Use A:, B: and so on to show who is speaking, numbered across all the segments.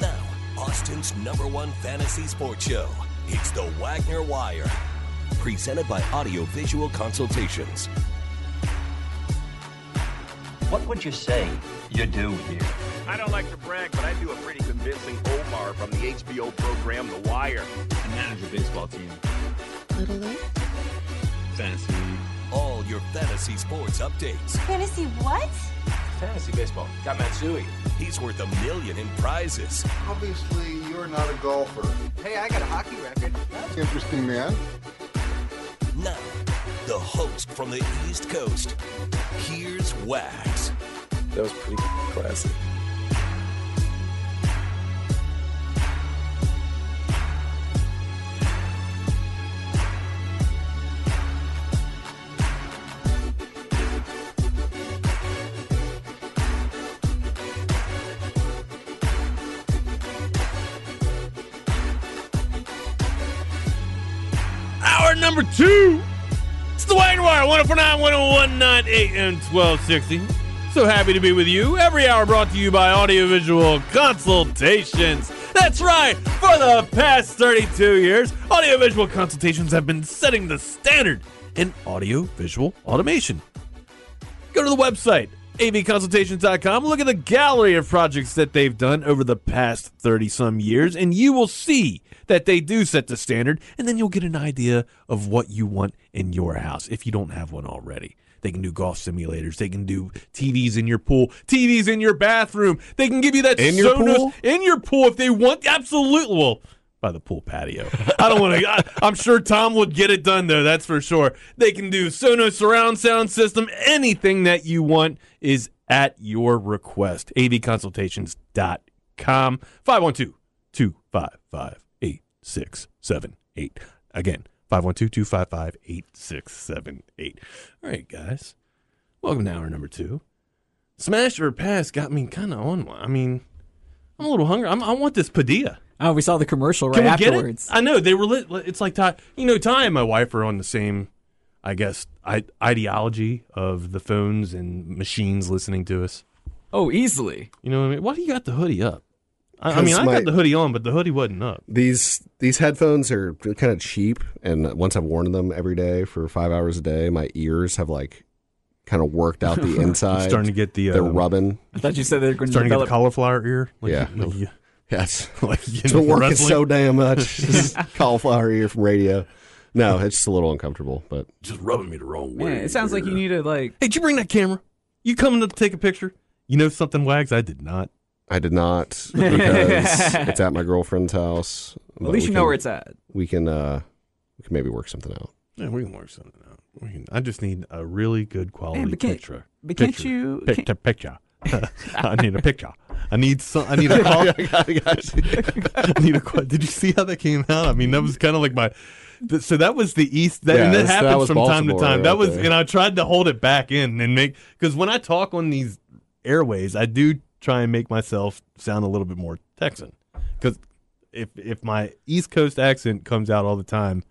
A: Now, Austin's number one fantasy sports show. It's the Wagner Wire, presented by Audiovisual Consultations.
B: What would you say you do here?
C: I don't like to brag, but I do a pretty convincing Omar from the HBO program The Wire.
D: I manage a baseball team.
E: Little League?
D: Fantasy.
A: All your fantasy sports updates.
F: Fantasy what?
D: Fantasy baseball. Got Matsui.
A: He's worth a million in prizes.
G: Obviously, you're not a golfer.
H: Hey, I got a hockey record.
G: That's interesting, man.
A: Now, the host from the East Coast. Here's Wags.
I: That was pretty classic.
J: Hour number two. It's the Wayne Wire, 1049, 1019, and 1260. So happy to be with you. Every hour brought to you by Audiovisual Consultations. That's right. For the past 32 years, Audiovisual Consultations have been setting the standard in audiovisual automation. Go to the website, avconsultations.com, look at the gallery of projects that they've done over the past 30 some years, and you will see that they do set the standard, and then you'll get an idea of what you want in your house if you don't have one already. They can do golf simulators. They can do TVs in your pool, TVs in your bathroom. They can give you that
I: In your
J: Sonos-
I: pool?
J: in your pool if they want. Absolutely. Well, by the pool patio. I don't want to. I'm sure Tom would get it done though. That's for sure. They can do Sonos surround sound system. Anything that you want is at your request. avconsultations.com 512-255-8678. Again, 512-255-8678. All right, guys. Welcome to hour number 2. Smash or pass got me kind of on one. I mean, I'm a little hungry. I'm, I want this Padilla.
K: Oh, we saw the commercial right
J: Can we
K: afterwards.
J: get it? I know they were. Lit, it's like Ty. You know, Ty and my wife are on the same, I guess, I, ideology of the phones and machines listening to us.
K: Oh, easily.
J: You know what I mean? Why do you got the hoodie up? I, I
I: 'Cause
J: mean, I
I: my-
J: got the hoodie on, but the hoodie wasn't up.
I: These these headphones are kind of cheap, and once I've worn them every day for five hours a day, my ears have like kind of worked out the inside.
J: starting to get the,
I: they're
J: um,
I: rubbing.
K: I thought you said they were going to
J: Starting to get the
K: develop.
J: cauliflower ear. Like,
I: Yeah.
J: like you-
I: Yes,
J: like you
I: it's
J: know,
I: been working
J: wrestling.
I: so damn much. This is cauliflower ear from radio. No, it's just a little uncomfortable, but
J: just rubbing me the wrong way.
K: Man, it sounds like you need to like.
J: Hey, did you bring that camera? You coming to take a picture? You know something, Wags? I did not.
I: I did not because it's at my girlfriend's house.
K: At least you know where it's at.
I: We can uh, we can maybe work something out.
J: Yeah, we can work something out. We can, I just need a really good quality
K: Man, but can't-
J: picture.
K: but can't
J: Picture.
K: you-
J: Picture. Picture. I need a picture. I need some. I need a call. I need a. qu- Did you see how that came out? I mean, that was kind of like my. th- So that was the East. That,
I: Yeah,
J: and that
I: that's- that
J: happens
I: was
J: from time to
I: Baltimore
J: time.
I: right
J: that was,
I: there.
J: and I tried to hold it back in and make because when I talk on these airways, I do try and make myself sound a little bit more Texan. Because if if my East Coast accent comes out all the time,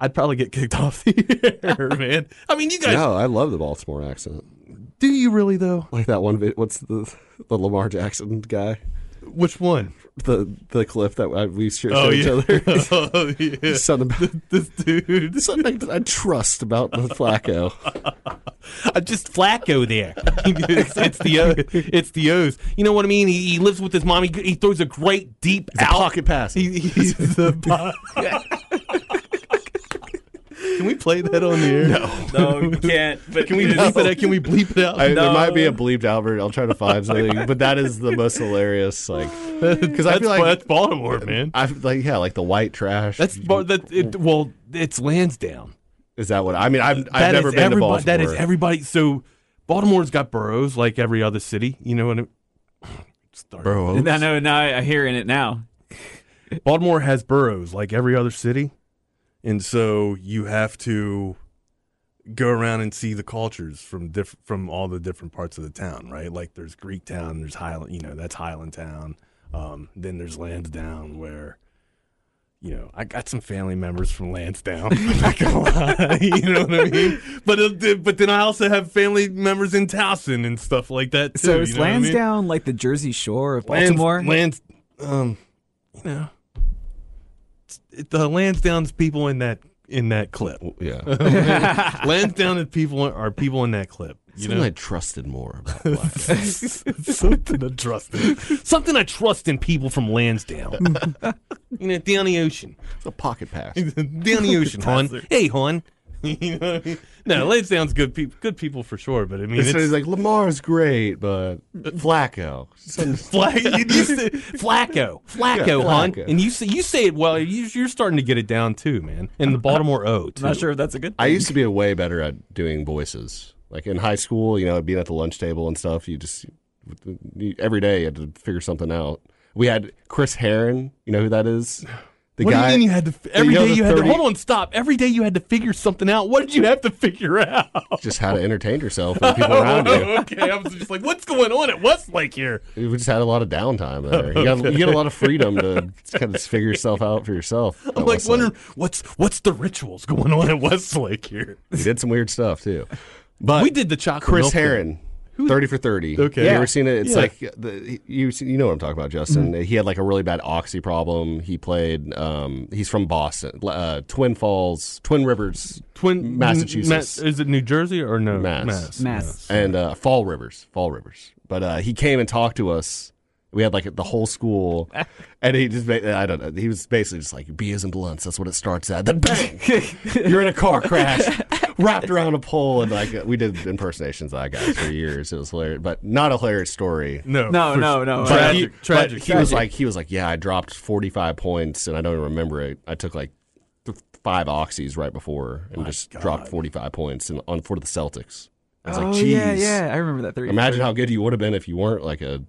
J: I'd probably get kicked off the air, man. I mean, you guys,
I: No, I love the Baltimore accent.
J: do you really though?
I: Like that one. Vid- what's the the Lamar Jackson guy?
J: Which one?
I: the the clip that I- we shared
J: Oh
I: showed each
J: yeah.
I: other.
J: oh yeah.
I: Something about
J: This dude.
I: something that I trust about Flacco.
J: Uh, just Flacco there. it's, it's the O- it's the O's. You know what I mean? He, he lives with his mom. He, he throws a great deep
I: a
J: out.
I: pocket pass.
J: He, he's the po- Can we play that on the air? No.
L: No, you can't. But
J: Can we bleep it out? Can we bleep it out?
I: I, There might be a
J: Um,
L: No.
I: bleeped Albert. I'll try to find something, but that is the most hilarious. Like, because I
J: that's,
I: feel like
J: that's Baltimore, man.
I: I feel like yeah, like the white trash.
J: That's bar, that. It, well, it's Lansdowne.
I: is that what I mean? I've I've
J: That is
I: never been to
J: everybo-
I: Baltimore.
J: That is everybody. So Baltimore's got boroughs like every other city. You know what I mean? Start.
I: bro.
K: No, no, no. I I hear in it now.
J: Baltimore has boroughs like every other city. And so you have to go around and see the cultures from diff- from all the different parts of the town, right? Like there's Greek town, there's Highland, you know, that's Highland town. Um, then there's Lansdowne where you know, I got some family members from Lansdowne. I'm not gonna lie, you know what I mean? But it- but then I also have family members in Towson and stuff like that too.
K: So is
J: you know what I mean?
K: Lansdowne like the Jersey Shore of
J: Lans-
K: Baltimore?
J: Lans, um, you know, it's- it- the Lansdowne's people in that in that clip.
I: Yeah,
J: Lansdowne is people are people in that clip. You
I: something
J: know,
I: I trusted more about Flacco.
J: something I trust in. Something I trust in people from Lansdowne. you know, down the ocean,
I: the pocket pass.
J: down the ocean, hon. Hey, hon. you know what I mean? No, Lansdowne's good people. Good people for sure. But I mean,
I: And
J: it's,
I: so he's like Lamar's great, but Flacco. Some-
J: Fla- you just say- Flacco, Flacco,
I: Yeah,
J: hon.
I: Flacco.
J: And you say, you say it well. You, you're starting to get it down too, man. And the Baltimore O too.
K: Not sure if that's a good.
I: I used to be way better at doing voices. Like in high school, you know, being at the lunch table and stuff, you just you, every day you had to figure something out. We had Chris Heron. You know who that is? The
J: What
I: guy.
J: do you mean you had to? Every
I: you know
J: day
I: the
J: you had to.
I: 30
J: Hold on, stop. Every day you had to figure something out. What did you have to figure out?
I: Just how to entertain yourself and the people around you.
J: okay, I was just like, what's going on at Westlake here?
I: We just had a lot of downtime there. You, got, you get a lot of freedom to kind of figure yourself out for yourself.
J: I'm like wondering what's what's the rituals going on at Westlake here.
I: We did some weird stuff too. But
J: we did the chocolate.
I: Chris
J: milk thing.
I: Heron. 30 for 30.
J: Okay.
I: You
J: Yeah.
I: ever seen it? It's
J: Yeah. Mm-hmm.
I: like, the, you see- you know what I'm talking about, Justin. He had like a really bad oxy problem. He played, um, he's from Boston, uh, Twin Falls, Twin Rivers,
J: Twin
I: Massachusetts.
J: Ma- is it New Jersey or no?
I: Mass.
K: Mass.
I: and uh, Fall Rivers, Fall Rivers. But uh, he came and talked to us. We had like the whole school, and he just, ba- I don't know, he was basically just like, beers and blunts, that's what it starts at. Then bang! You're in a car crash, wrapped around a pole, and like, we did impersonations of that guy for years. It was hilarious, but not a hilarious story.
J: No.
K: No,
J: for
K: no,
J: sure.
K: no.
I: But
J: Tragic.
I: he, but
J: tragic.
I: he was like, he was like, yeah, I dropped 45 points, and I don't even remember it. I took like th- five oxys right before and just dropped 45 points in, on for the Celtics. I was
K: oh
I: like, geez.
K: yeah, yeah. I remember that three.
I: Imagine how good you would have been if you weren't like a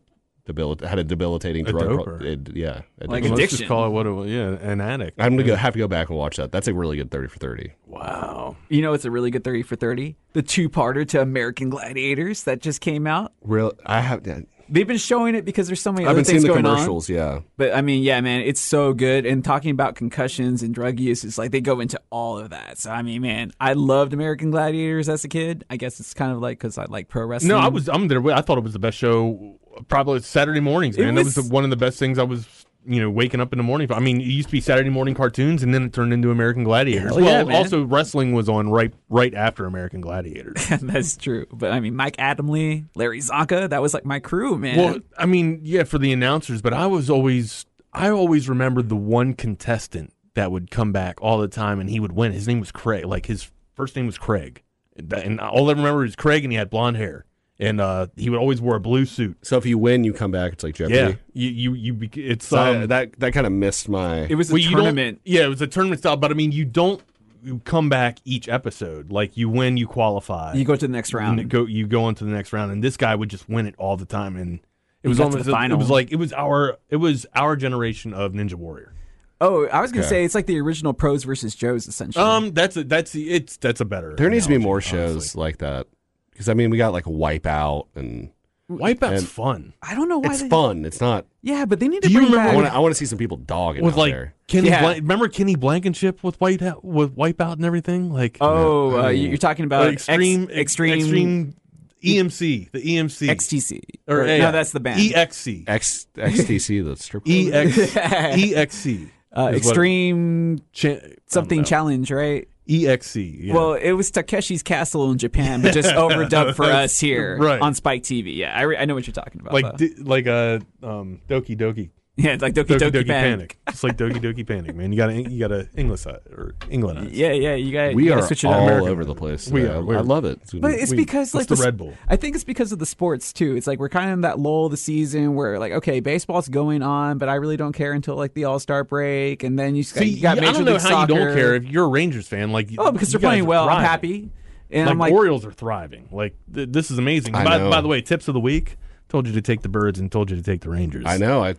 I: debilit- had a debilitating
J: A
I: drug
J: doper.
I: pro- it- yeah. a
K: Like
I: doper.
J: Let's just
K: Addiction.
J: call it what it was. Yeah, an addict.
I: I'm gonna go, have to go back and watch that. That's a really good thirty for thirty.
J: Wow.
K: You know, it's a really good thirty for thirty. The two-parter to American Gladiators that just came out.
I: Real, I have. Yeah,
K: They've been showing it because there's so many
I: I've
K: other
I: been seeing
K: things
I: the
K: going on.
I: commercials. Yeah,
K: But I mean, yeah, man, it's so good. And talking about concussions and drug use, it's like they go into all of that. So I mean, man, I loved American Gladiators as a kid. I guess it's kind of like because I like pro wrestling.
J: No, I was. I'm there. with- I thought it was the best show. Probably Saturday mornings,
K: It
J: man. that was
K: was-
J: the, one of the best things I was. You know, waking up in the morning. for. I mean, it used to be Saturday morning cartoons, and then it turned into American Gladiators.
K: Hell Oh, yeah,
J: well,
K: man.
J: also wrestling was on right right after American Gladiators.
K: That's true. But I mean, Mike Adamley, Larry Zonka, that was like my crew, man.
J: well, I mean, yeah, for the announcers, but I was always I always remembered the one contestant that would come back all the time, and he would win. His name was Craig. Like his first name was Craig, and, and all I remember is Craig, and he had blonde hair, and uh, he would always wear a blue suit.
I: so if you win, you come back. It's like Jeopardy.
J: Yeah, you you, you bec- it's
I: So I-
J: um,
I: that that kind of missed my.
K: it was a
J: Well, you don't-
K: tournament.
J: yeah, it was a tournament style, but I mean, you don't you come back each episode. Like you win, you qualify.
K: You go to the next
J: and
K: round.
J: go you go on to the next round, and this guy would just win it all the time, and it was
K: got to the
J: almost
K: final.
J: it was like it was our it was our generation of Ninja Warrior.
K: oh, I was gonna say it's like the original pros versus Joes, essentially.
J: Um, that's a that's the it's that's a better.
I: there needs to be
J: analogy,
I: more shows
J: honestly.
I: like that because I mean we got like Wipeout and
J: Wipeout's
I: and-
J: fun.
K: I don't know why.
I: it's
K: they,
I: fun. It's not.
K: Yeah, but they need to
J: Do you
K: bring
J: remember
I: I
K: back.
I: want to I want to see some people dogging
J: With
I: out
J: like
I: there.
J: Kenny,
K: Yeah.
J: Blan- Uh, remember Kenny Blankenship with White
I: Uh,
J: with Wipeout and everything like
K: oh, uh, Oh, you- you're talking about
J: extreme
K: ex- extreme, E-
J: extreme EMC, E the EMC,
K: XTC.
J: or
K: Or-
J: yeah, E
K: no, that's the band.
J: EXC,
I: X XTC the strip. club.
J: EX, EXC,
K: uh,
J: E is what-
K: Extreme
J: Cha-
K: something
J: I don't know.
K: challenge, right?
J: EXC. Yeah.
K: Well, it was Takeshi's Castle in Japan, but just overdubbed for us here
J: Right.
K: on Spike TV. Yeah, I, re- I know what you're talking about.
J: like
K: though.
J: di- like uh, um, Doki Doki.
K: yeah, it's like Doki
J: Doki
K: Doki,
J: Doki, Panic.
K: Panic.
J: Just like Doki Doki Panic, man. You gotta you gotta Englishise or Englishise.
K: Yeah, yeah, you got
I: we
K: you
I: are
K: gotta switch it
I: all
K: up.
I: over the place.
J: We
I: today.
J: are,
I: I-
J: we're-
I: I love it.
K: But it's
J: We-
K: because like
J: what's the
K: s-
J: Red Bull?
K: I think it's because of the sports too. It's like we're kind of in that lull of the season where like okay, baseball's going on, but I really don't care until like the All Star break, and then you, s-
J: See,
K: you got
J: I
K: Major
J: don't know
K: League
J: how
K: Soccer.
J: you don't care if you're a Rangers fan. Like,
K: oh, because
J: you
K: they're playing
J: guys are
K: well. I'm
J: thriving.
K: happy, and
J: like,
K: I'm like,
J: Orioles are thriving. Like th- this is amazing.
I: I
J: By,
I: know.
J: by the way, tips of the week. Told you to take the birds and told you to take the Rangers.
I: I know. I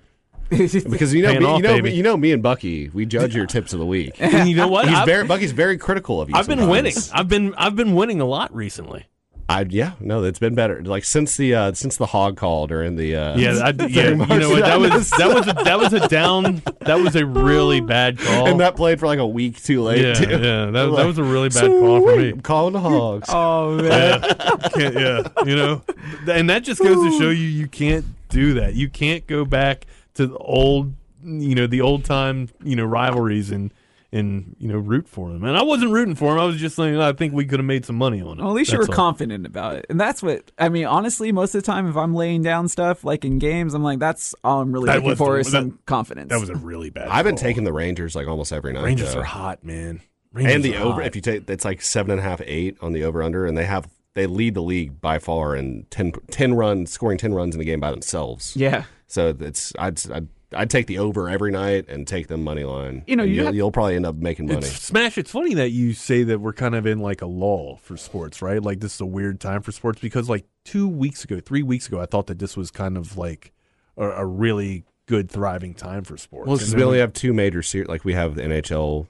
I: because you know
J: Paying
I: me,
J: off,
I: you know
J: baby.
I: you know me and Bucky. We judge your tips of the week. He's
J: And you know what? I've,
I: very Bucky's very critical of you.
J: I've been
I: sometimes.
J: winning. I've been I've been winning a lot recently.
I: I yeah no, it's been better. Like since the uh since the hog call during the uh,
J: Yeah, I, yeah. You know what? That was that was a, that was a down. That was a really bad call.
I: and that played for like a week too late.
J: yeah,
I: too.
J: yeah. That, that
I: Like,
J: was a really bad call for me.
I: "Sweet, I'm calling the hogs.
K: oh man,
J: yeah, Can't- yeah, you know, Th- and that just goes to show you you can't do that. You can't go back to the old, you know, the old time, you know, rivalries and and you know root for them. And I wasn't rooting for them. I was just saying I think we could have made some money on it.
K: Well, at least you were
J: That's all.
K: confident about it, and that's what I mean. Honestly, most of the time, if I'm laying down stuff like in games, I'm like, that's all I'm really
J: That
K: looking
J: was the-
K: for is
J: that-
K: some confidence.
J: That was a really bad.
I: I've been
J: call.
I: taking the Rangers like almost every night.
J: Rangers
I: though.
J: are hot, man. Rangers
I: and the
J: are
I: over.
J: hot.
I: If you take it's like seven and a half, eight on the over under, and they have they lead the league by far in 10, 10 runs, scoring ten runs in a game by themselves.
K: yeah.
I: So it's I'd, I'd I'd take the over every night and take them money line.
K: You know,
I: And
K: you
I: you'll,
K: have-
I: you'll probably end up making money.
J: It's, Smash, it's funny that you say that we're kind of in like a lull for sports, right? Like this is a weird time for sports because like two weeks ago, three weeks ago, I thought that this was kind of like a, a really good thriving time for sports.
I: Well,
J: And
I: because
J: then,
I: we only
J: like-
I: have two major series. Like we have the NHL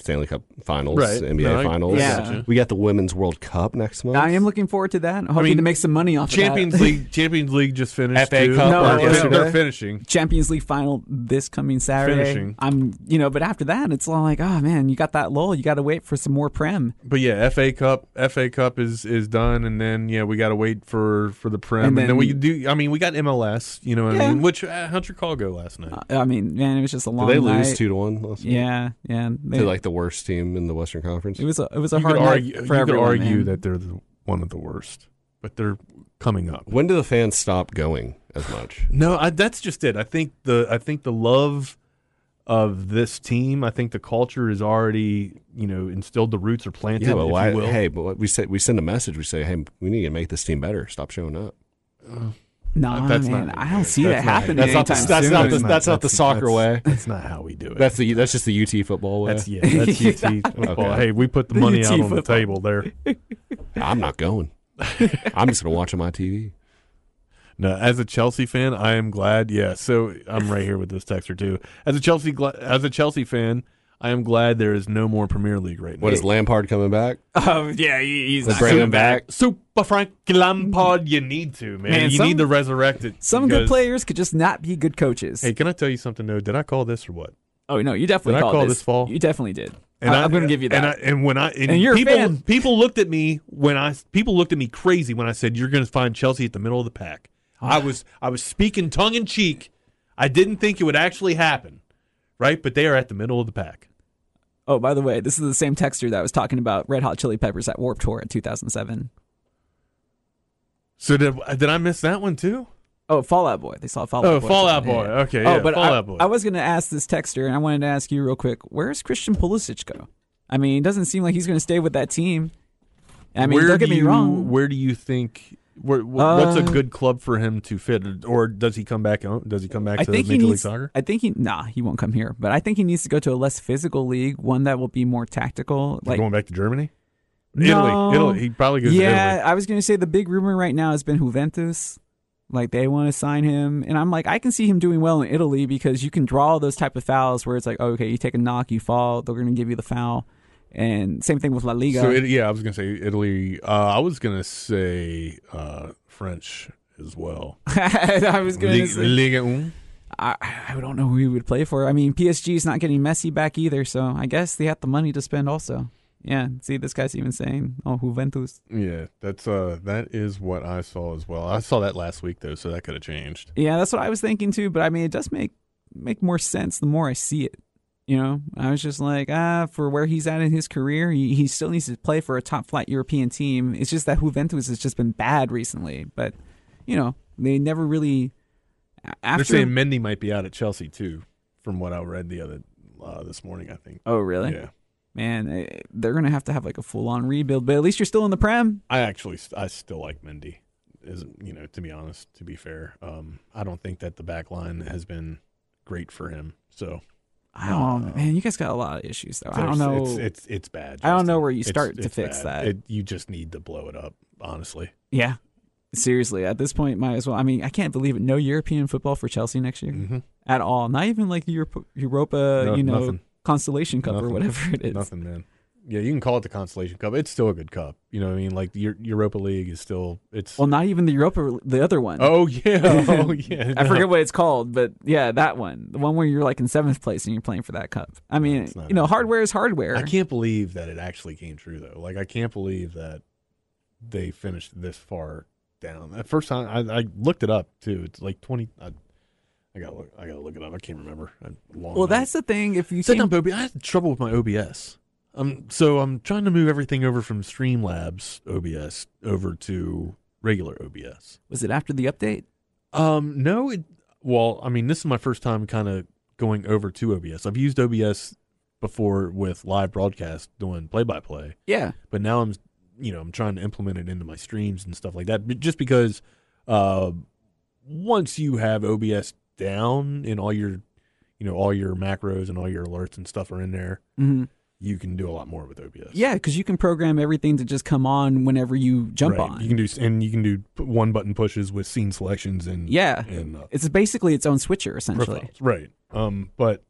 I: Stanley Cup Finals,
J: Right.
I: NBA
J: No, I- I
I: Finals.
K: gotcha.
I: We got the Women's World Cup next month.
K: I am looking forward to that. I'm hoping
J: mean,
K: to make some money off
J: Champions
K: of that.
J: League. Champions League just finished.
I: FA
J: too.
I: Cup
K: No,
J: they're,
K: or
J: fin-
K: yesterday.
J: they're finishing.
K: Champions League final this coming Saturday.
J: Finishing.
K: I'm, you know, but after that, it's all like, oh man, you got that lull. You got to wait for some more prem,
J: But yeah, FA Cup, FA Cup is is done, and then yeah, we got to wait for for the Prem,
K: And
J: and then,
K: then-
J: we do. I mean, we got MLS, you know what I
K: Yeah.
J: mean? Which uh, how'd your call go last night?
K: I mean, man, it was just a long.
I: Did they lose
K: night.
I: two to one? Last night?
K: Yeah, yeah. They,
I: To like the worst team in the Western Conference.
K: it was a it was a
J: you
K: hard
J: could
K: night
J: argue,
K: for
J: you could
K: everyone.
J: argue
K: man.
J: that they're the, one of the worst, but they're coming up.
I: when do the fans stop going as much?
J: No, I, that's just it. I think the I think the love of this team. I think the culture is already you know instilled. The roots are planted.
I: Yeah, but
J: if
I: why?
J: you will.
I: Hey, but what we say we send a message. We say, hey, we need to make this team better. Stop showing up.
K: Nah,
J: that's
K: man,
J: not-
K: I don't see
J: that's
K: that
J: not-
K: happening
I: that's not the-
K: anytime
I: that's
K: soon.
I: not the- that's not the soccer
J: that's-
I: way.
J: That's not how we do it.
I: That's the that's just the UT football way.
J: that's yeah. That's UT football.
I: Okay.
J: Hey, we put the money
K: UT
J: out on the
K: football.
J: table there.
I: I'm not going. I'm just gonna watch on my TV.
J: No, as a Chelsea fan, I am glad. Yeah, so I'm right here with this texter too. As a Chelsea gla- as a Chelsea fan, I am glad there is no more Premier League right now.
I: What is Lampard coming back?
K: Oh yeah, he- he's
I: They
K: not
I: bring
K: coming
I: him back.
J: Super Frank Lampard, you need to, man.
K: Man,
J: you
K: some-
J: need to resurrect it.
K: Some good
J: because-
K: players could just not be good coaches.
J: Hey, can I tell you something though? Did I call this or what?
K: oh no, you definitely
J: did I
K: called
J: call
K: this.
J: this fall?
K: You definitely did. I, am going to give you that.
J: And, I, and when I and,
K: And you're a
J: people
K: fan.
J: people looked at me when I people looked at me crazy when I said you're going to find Chelsea at the middle of the pack.
K: Ah.
J: I was I was speaking tongue in cheek. I didn't think it would actually happen, right? But they are at the middle of the pack.
K: oh, by the way, this is the same texter that was talking about Red Hot Chili Peppers at Warped Tour in 2007.
J: So did, did I miss that one too?
K: Oh, Fallout Boy. They saw Fallout
J: Oh,
K: Boy.
J: Fallout
K: Yeah.
J: Boy. Okay,
K: Oh,
J: yeah,
K: but
J: Fallout
K: I,
J: Boy.
K: I was going to ask this texter, and I wanted to ask you real quick. Where's Christian Pulisic go? I mean, it doesn't seem like he's going to stay with that team. I mean, don't get
J: do
K: me
J: you,
K: wrong.
J: Where do you think? Where, wh- what's a
K: Uh,
J: good club for him to fit, or does he come back? home- Does he come back
K: I
J: to
K: think
J: Major
K: he
J: League
K: needs.
J: Soccer?
K: I think he nah, he won't come here. But I think he needs to go to a less physical league, one that will be more tactical. Like
J: going back to Germany,
K: No.
J: Italy, Italy. He probably goes. to Italy.
K: yeah, I was gonna say the big rumor right now has been Juventus. Like they want to sign him, and I'm like, I can see him doing well in Italy because you can draw those type of fouls where it's like, oh, okay, you take a knock, you fall, they're gonna give you the foul, and same thing with La Liga.
J: So it, yeah, I was gonna say Italy. Uh, I was gonna say uh, French as well.
K: I was gonna
J: Ligue,
K: say,
J: Ligue 1.
K: I, I don't know who he would play for. I mean, PSG is not getting Messi back either, so I guess they have the money to spend also. Yeah, see, this guy's even saying, "Oh, Juventus."
J: Yeah, that's uh, that is what I saw as well. I saw that last week though, so that could have changed.
K: Yeah, that's what I was thinking too. But I mean, it does make make more sense the more I see it. You know, I was just like, ah, for where he's at in his career, he, he still needs to play for a top flight European team. It's just that Juventus has just been bad recently. But you know, they never really. a- After
J: They're saying Mendy might be out at Chelsea too, from what I read the other uh, this morning. I think.
K: Oh, really?
J: Yeah.
K: Man, eh, they're gonna have to have like a full on rebuild. But at least you're still in the prem.
J: I actually, st- I still like Mendy. Is you know, to be honest, to be fair, um, I don't think that the back line has been great for him. So
K: I don't. Oh, man, you guys got a lot of issues though. I don't know.
J: It's it's, it's bad.
K: I don't know
J: Justin.
K: where you
J: It's-
K: start to
J: it's
K: fix
J: bad.
K: that.
J: It, you just need to blow it up, honestly.
K: Yeah. Seriously, at this point, might as well. I mean, I can't believe it. No European football for Chelsea next year at all. Not even like the Euro- Europa,
J: Mm-hmm. No,
K: you know,
J: Uh, nothing.
K: Constellation Cup or
J: Nothing.
K: whatever it is.
J: Nothing, man. Yeah, you can call it the consolation cup. It's still a good cup. You know what I mean? Like the Eu- Europa League is still it's
K: Well, not even the Europa, the other one.
J: Oh, yeah. Oh, yeah.
K: I
J: No.
K: forget what it's called, but yeah, that one, the one where you're like in seventh place and you're playing for that cup. I mean,
J: it's not
K: you know, hardware is hardware.
J: I can't believe that it actually came true though. Like I can't believe that they finished this far down. At first time I, I looked it up too. It's like twenty. I, I gotta look. I gotta look it up. I can't remember. I, long
K: Well,
J: night.
K: that's the thing. If you
J: Sit
K: came-
J: down, Bobby. I had trouble with my OBS. Um, so I'm trying to move everything over from Streamlabs OBS over to regular OBS.
K: was it after the update?
J: Um, no, it. Well, I mean, this is my first time kind of going over to OBS. I've used OBS before with live broadcast doing play by play.
K: Yeah.
J: But now I'm, you know, I'm trying to implement it into my streams and stuff like that. But just because, uh, once you have OBS down and all your, you know, all your macros and all your alerts and stuff are in there,
K: Mhm.
J: you can do a lot more with OBS.
K: Yeah, because you can program everything to just come on whenever you jump
J: Right.
K: on.
J: You can do and you can do one button pushes with scene selections and
K: yeah,
J: and uh,
K: it's basically its own switcher essentially.
J: profiles. Right. Um, but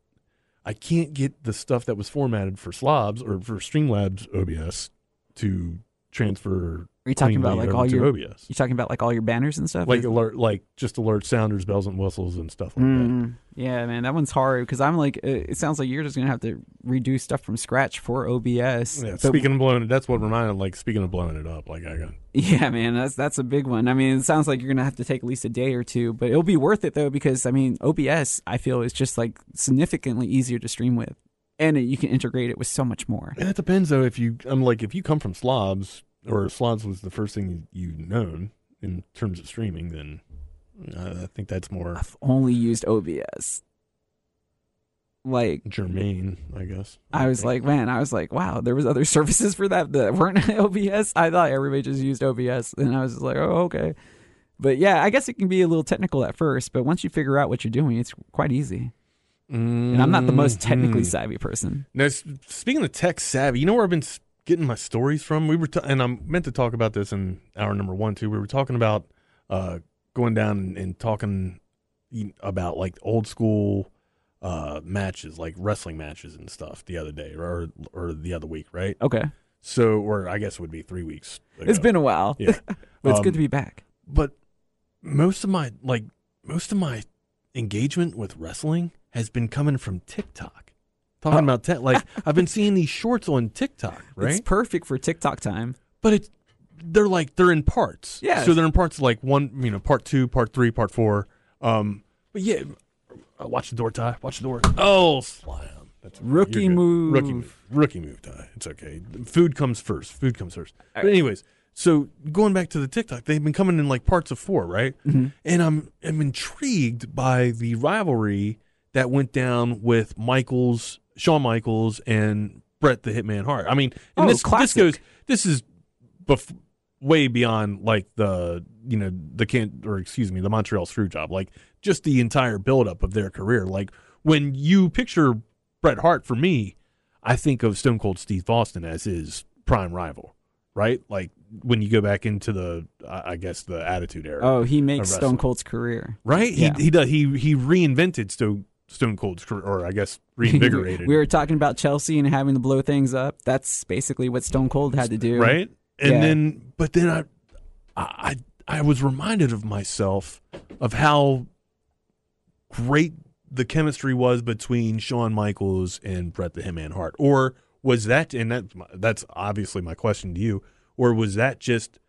J: I can't get the stuff that was formatted for slobs or for Streamlabs OBS to transfer.
K: Are you talking about
J: cleanly
K: like
J: over
K: all
J: to
K: your
J: OBS.
K: You talking about like all your banners and stuff?
J: like alert, like just alert sounders, bells and whistles, and stuff like
K: Mm. yeah, man, that one's hard because I'm like, uh, it sounds like you're just gonna have to redo stuff from scratch for OBS.
J: that. Yeah,
K: But-
J: speaking of blowing, that's what reminded. Like speaking of blowing it up, like I got
K: yeah, man, that's that's a big one. I mean, it sounds like you're gonna have to take at least a day or two, but it'll be worth it though because I mean, OBS I feel is just like significantly easier to stream with, and it, you can integrate it with so much more.
J: And it depends though. If you, I'm like, if you come from slobs or slobs was the first thing you, you known in terms of streaming, then uh, I, I think that's more
K: Only used OBS. Like
J: germane, I guess.
K: I was like, man, I was like, wow, there was other services for that that weren't OBS. I thought everybody just used OBS, and I was just like, oh, okay. But yeah, I guess it can be a little technical at first, but once you figure out what you're doing, it's quite easy. And I'm not the most technically
J: Mhm.
K: savvy person.
J: Mm. Now, s- speaking of tech savvy, you know where I've been s- getting my stories from? We were, t- and I meant to talk about this in hour number one too. We were talking about uh, going down and, and talking you- about like old school uh, matches, like wrestling matches and stuff, the other day or or the other week, right?
K: Okay,
J: So, or I guess it would be three weeks. Ago.
K: it's been a while,
J: Yeah.
K: but it's good
J: Um,
K: to be back.
J: but most of my like most of my engagement with wrestling has been coming from TikTok. Talking
K: Oh.
J: about tech, like I've been seeing these shorts on TikTok, right?
K: It's perfect for TikTok time.
J: but it's they're like they're in parts.
K: Yeah.
J: So they're in parts like one, you know, part two, part three, part four. Um, but yeah, uh, watch the door, Ty. Watch the door. Oh, slam. That's okay.
K: Rookie
J: You're good.
K: move.
J: Rookie move. Rookie move, Ty. It's okay. Food comes first. Food comes first. But anyways, so going back to the TikTok, they've been coming in like parts of four, right?
K: Mm-hmm.
J: And I'm I'm intrigued by the rivalry that went down with Michaels, Shawn Michaels, and Brett the Hitman Hart. I mean, and
K: Oh,
J: this
K: classic.
J: this goes this is bef- way beyond like the you know the can or excuse me the Montreal screw job like just the entire buildup of their career like when you picture Bret Hart for me I think of Stone Cold Steve Austin as his prime rival right like when you go back into the I I guess the Attitude Era
K: Oh, he makes
J: of
K: Stone
J: wrestling.
K: Cold's career.
J: right
K: Yeah.
J: he he does, he he reinvented Stone Stone Cold's career or I guess reinvigorated
K: we were talking about Chelsea and having to blow things up. That's basically what Stone Cold had to do.
J: right? And
K: Yeah.
J: then, but then I, I, I was reminded of myself of how great the chemistry was between Shawn Michaels and Bret the Hitman Hart, or was that and that that's obviously my question to you or was that just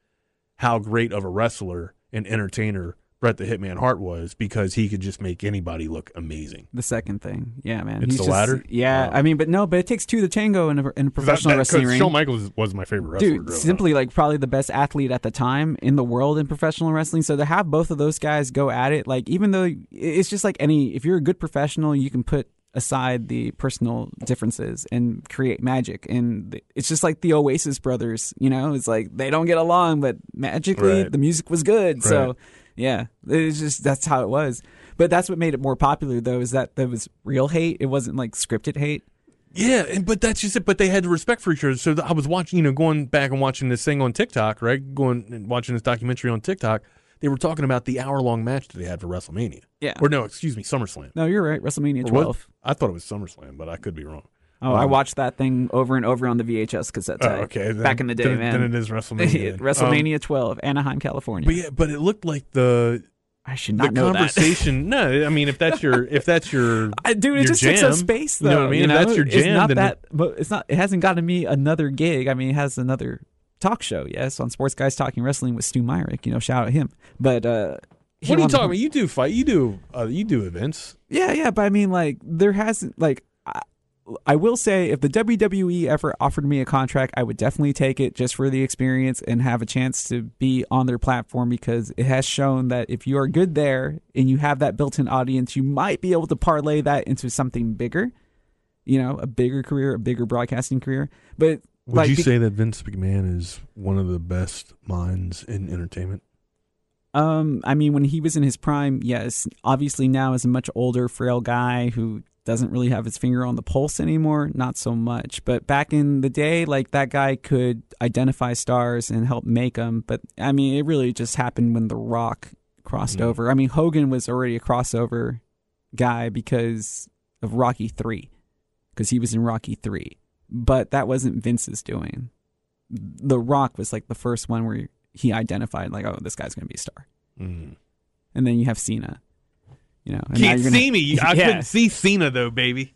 J: how great of a wrestler and entertainer Bret the Hitman Hart was because he could just make anybody look amazing.
K: The second thing, yeah, man,
J: It's the
K: just-
J: latter?
K: Yeah, I mean, but no, but it takes two to tango in a, in a
J: 'Cause that-
K: professional
J: that- 'cause
K: wrestling ring.
J: Shawn Michaels was my favorite wrestler.
K: Dude,
J: growing up.
K: simply like probably the best athlete at the time in the world in professional wrestling. So to have both of those guys go at it, like even though it's just like any, if you're a good professional, you can put aside the personal differences and create magic. And th- it's just like the Oasis brothers, you know, it's like they don't get along, but magically
M: Right.
K: the music was good.
M: Right.
K: So yeah, it's just that's how it was. But that's what made it more popular though, is that there was real hate. It wasn't like scripted hate.
J: Yeah, and, but that's just it. But they had respect for each other. So th- I was watching, you know, going back and watching this thing on TikTok, right? Going and watching this documentary on TikTok. They were talking about the hour long match that they had for WrestleMania.
K: Yeah.
J: Or no, excuse me, SummerSlam.
K: No, you're right. WrestleMania
J: Or was-
K: 12.
J: I thought it was SummerSlam, but I could be wrong.
K: Oh, I
J: Um,
K: watched that thing over and over on the VHS cassette
J: Oh,
K: tape.
J: okay, then-
K: back in the day,
J: then-
K: man.
J: then it is WrestleMania then. Um,
K: WrestleMania 12, Anaheim, California.
J: But yeah, but it looked like the
K: I should not
J: the
K: know that.
J: conversation. no, I mean if that's your if that's your
K: I- dude, it
J: your
K: just
J: jam,
K: takes up space, though.
J: You know what I mean? if that's your jam,
K: it's not
J: then
K: that, but it's not. It hasn't gotten me another gig. I mean, it has another talk show, yes, on Sports Guys Talking Wrestling with Stu Myrick. You know, shout out him. But uh, he
J: what
K: won
J: are you
K: the-
J: talking about? You do fight. You do uh, you do events.
K: Yeah, yeah, but I mean, like, there hasn't like. I, I will say, if the WWE ever offered me a contract, I would definitely take it just for the experience and have a chance to be on their platform because it has shown that if you are good there and you have that built-in audience, you might be able to parlay that into something bigger. You know, a bigger career, a bigger broadcasting career. But
J: Would
K: like,
J: you
K: be-
J: say that Vince McMahon is one of the best minds in entertainment?
K: Um, I mean, when he was in his prime, yes. Obviously, now as a much older, frail guy who doesn't really have his finger on the pulse anymore, not so much. But back in the day, like that guy could identify stars and help make them. But I mean, it really just happened when The Rock crossed
M: Mm.
K: over. I mean, Hogan was already a crossover guy because of Rocky Three, because he was in Rocky Three. But that wasn't Vince's doing. The Rock was like the first one where he identified, like, oh, this guy's gonna be a star. And then you have Cena. You know, and now
J: Can't
K: you're gonna-
J: see me. I
K: yeah.
J: couldn't see Cena though, baby.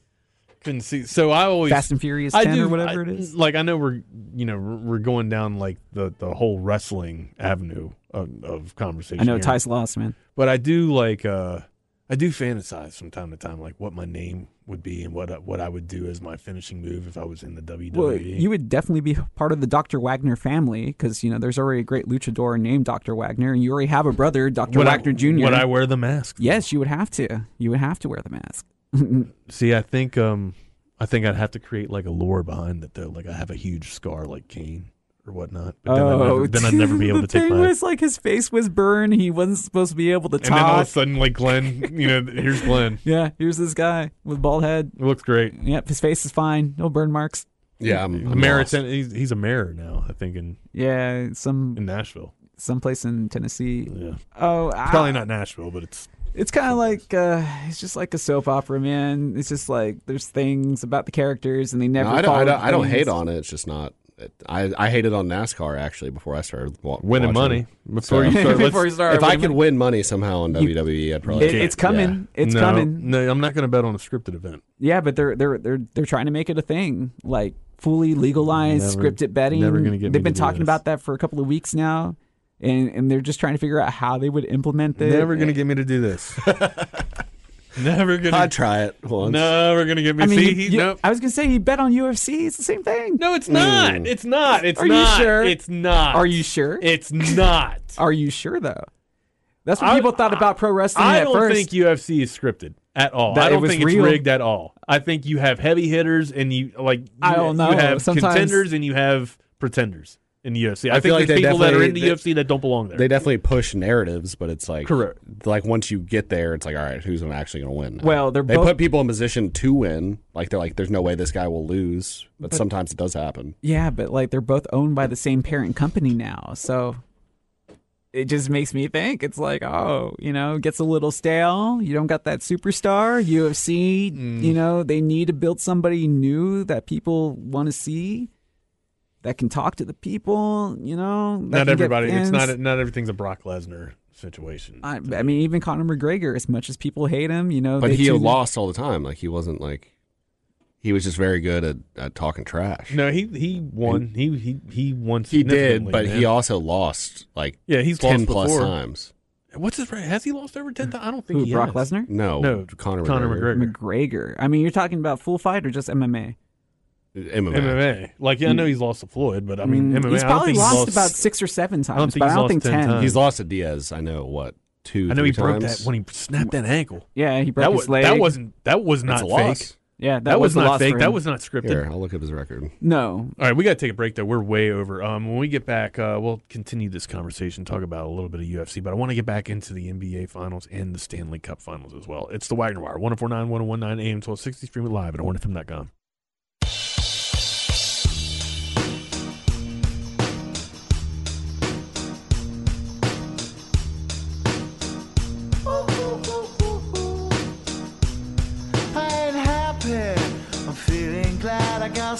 J: Couldn't see. So I always
K: Fast and Furious
J: I
K: 10
J: do-
K: or whatever
J: I-
K: it is.
J: Like I know we're you know we're we're going down like the the whole wrestling avenue of, of conversation.
K: I know
J: here.
K: Ty's lost, man.
J: but I do like uh I do fantasize from time to time like what my name would be and what I- what I would do as my finishing move if I was in the E. WWE.
K: Well, you would definitely be part of the Dr. Wagner family because you know there's already a great luchador named Dr. Wagner, and you already have a brother, Dr.
J: Would I-
K: Wagner Jr.
J: Would I wear the mask?
K: Yes, you would have to. You would have to wear the mask.
J: See, I think um I think I'd have to create like a lore behind it though. Like I have a huge scar like Kane or whatnot. But then, I'd, never, then I'd never be able
K: Oh,
J: to
K: the
J: take
K: thing
J: my
K: was like his face was burned. He wasn't supposed to be able to talk.
J: And then all of a sudden, like Glenn, you know, here's Glenn.
K: yeah, here's this guy with bald head.
J: It looks great.
K: Yep, his face is fine. No burn marks.
I: Yeah, I'm,
J: A
I: I'm
J: mayor,
I: lost.
J: ten, he's, he's a mayor now, I think, in
K: Yeah, some
J: in Nashville.
K: someplace in Tennessee.
J: Yeah.
K: Oh,
J: It's
K: I-
J: probably not Nashville, but it's
K: It's kind of like uh, it's just like a soap opera, man. It's just like there's things about the characters, and they never.
I: No, I don't. I
K: follow
I: don't, I don't hate
K: things.
I: on it. It's just not. It, I I hated on NASCAR actually before I started wa-
J: Winning
I: watching
J: money.
I: it.
J: Before you start- Before let's- you start
I: if I
J: winning
I: could win money somehow on WWE, E, I'd probably.
K: It- it's coming. It's
J: No,
K: coming.
J: No, I'm not going to bet on a scripted event.
K: Yeah, but they're they're they're they're trying to make it a thing, like fully legalized
J: Never-
K: scripted betting.
J: never gonna get me
K: They've
J: to
K: been
J: do
K: talking
J: this.
K: about that for a couple of weeks now, and and they're just trying to figure out how they would implement it.
J: Never going to get me to do this. never going
I: I'd
J: to.
I: try it once.
J: Never going to get me.
K: I mean,
J: See,
K: you-
J: he,
K: you-
J: nope.
K: I was gonna say you bet on UFC. It's the same thing.
J: No, it's not. It's not. It's
K: Are you
J: not.
K: sure?
J: It's not.
K: Are you sure?
J: It's not.
K: Are you sure though? That's what
J: I-
K: people thought about pro wrestling
J: I
K: at
J: don't
K: first.
J: think UFC is scripted at all.
K: That
J: I
K: it
J: don't
K: was
J: think
K: real.
J: it's rigged at all. I think you have heavy hitters and you like you,
K: I don't know.
J: you have
K: Sometimes-
J: contenders and you have pretenders in the UFC.
I: I
J: I, think
I: feel like
J: there's
I: they
J: people that are in
I: definitely-
J: the
I: they-
J: UFC that don't belong there.
I: They definitely push narratives, but it's like
J: Correct.
I: Like once you get there, it's like all right, who's actually going to win? now?
K: Well, they're
I: they
K: both-
I: put people in position to win. Like they're like, there's no way this guy will lose, but, sometimes it does happen.
K: Yeah, but like they're both owned by the same parent company now, so it just makes me think it's like, oh, you know, it gets a little stale. You don't got that superstar UFC.
J: Mm.
K: You know, they need to build somebody new that people want to see, that can talk to the people. You know, that
J: not
K: can get
J: everybody. It's
K: fans.
J: not not everything's a Brock Lesnar situation.
K: I, I mean, even Conor McGregor, as much as people hate him, you know,
I: But
K: they
I: he
K: tune-
I: lost all the time. Like he wasn't like He was just very good at, at talking trash.
J: No, he he won. he he he won.
I: He did,
J: significantly,
I: but
J: man.
I: he also lost like
J: Yeah, he's
I: ten
J: lost
I: plus
J: before.
I: times.
J: What's his record? Has he lost over ten times? I don't think
K: Who,
J: he
K: Brock
J: has.
K: Lesnar?
I: No,
J: No,
I: Conor,
J: Oh, Conor
I: McGregor.
K: McGregor. I mean, you're talking about full fight or just MMA?
I: MMA.
J: MMA. Like yeah, I know he's lost to Floyd, but I mean MMA.
K: Mm, he's
J: I don't
K: probably
J: think
K: lost,
J: he's
K: about six or seven times,
J: I don't think
K: but
J: he's
K: I don't
J: lost
K: think
J: 10
K: ten.
J: times.
I: He's lost to Diaz. I know what two.
J: I know he
I: three
J: broke
I: times?
J: that when he snapped that ankle.
K: yeah, he broke
J: That
K: his
J: was
K: leg.
J: that wasn't that was
I: That's
J: not
I: a
J: fake.
I: loss.
K: yeah, that,
J: That, was,
K: a
J: not
K: loss for
J: fake. That
K: him.
J: was not scripted.
I: Here, I'll look up his record.
K: no.
J: All right, we got to take a break though. We're way over. Um, when we get back, uh, we'll continue this conversation, talk about a little bit of UFC, but I want to get back into the NBA Finals and the Stanley Cup Finals as well. It's the Wagner Wire, 1049, 1019 AM 1260, stream it live at hornfm.com.
M: I ain't happy. I'm feeling glad I got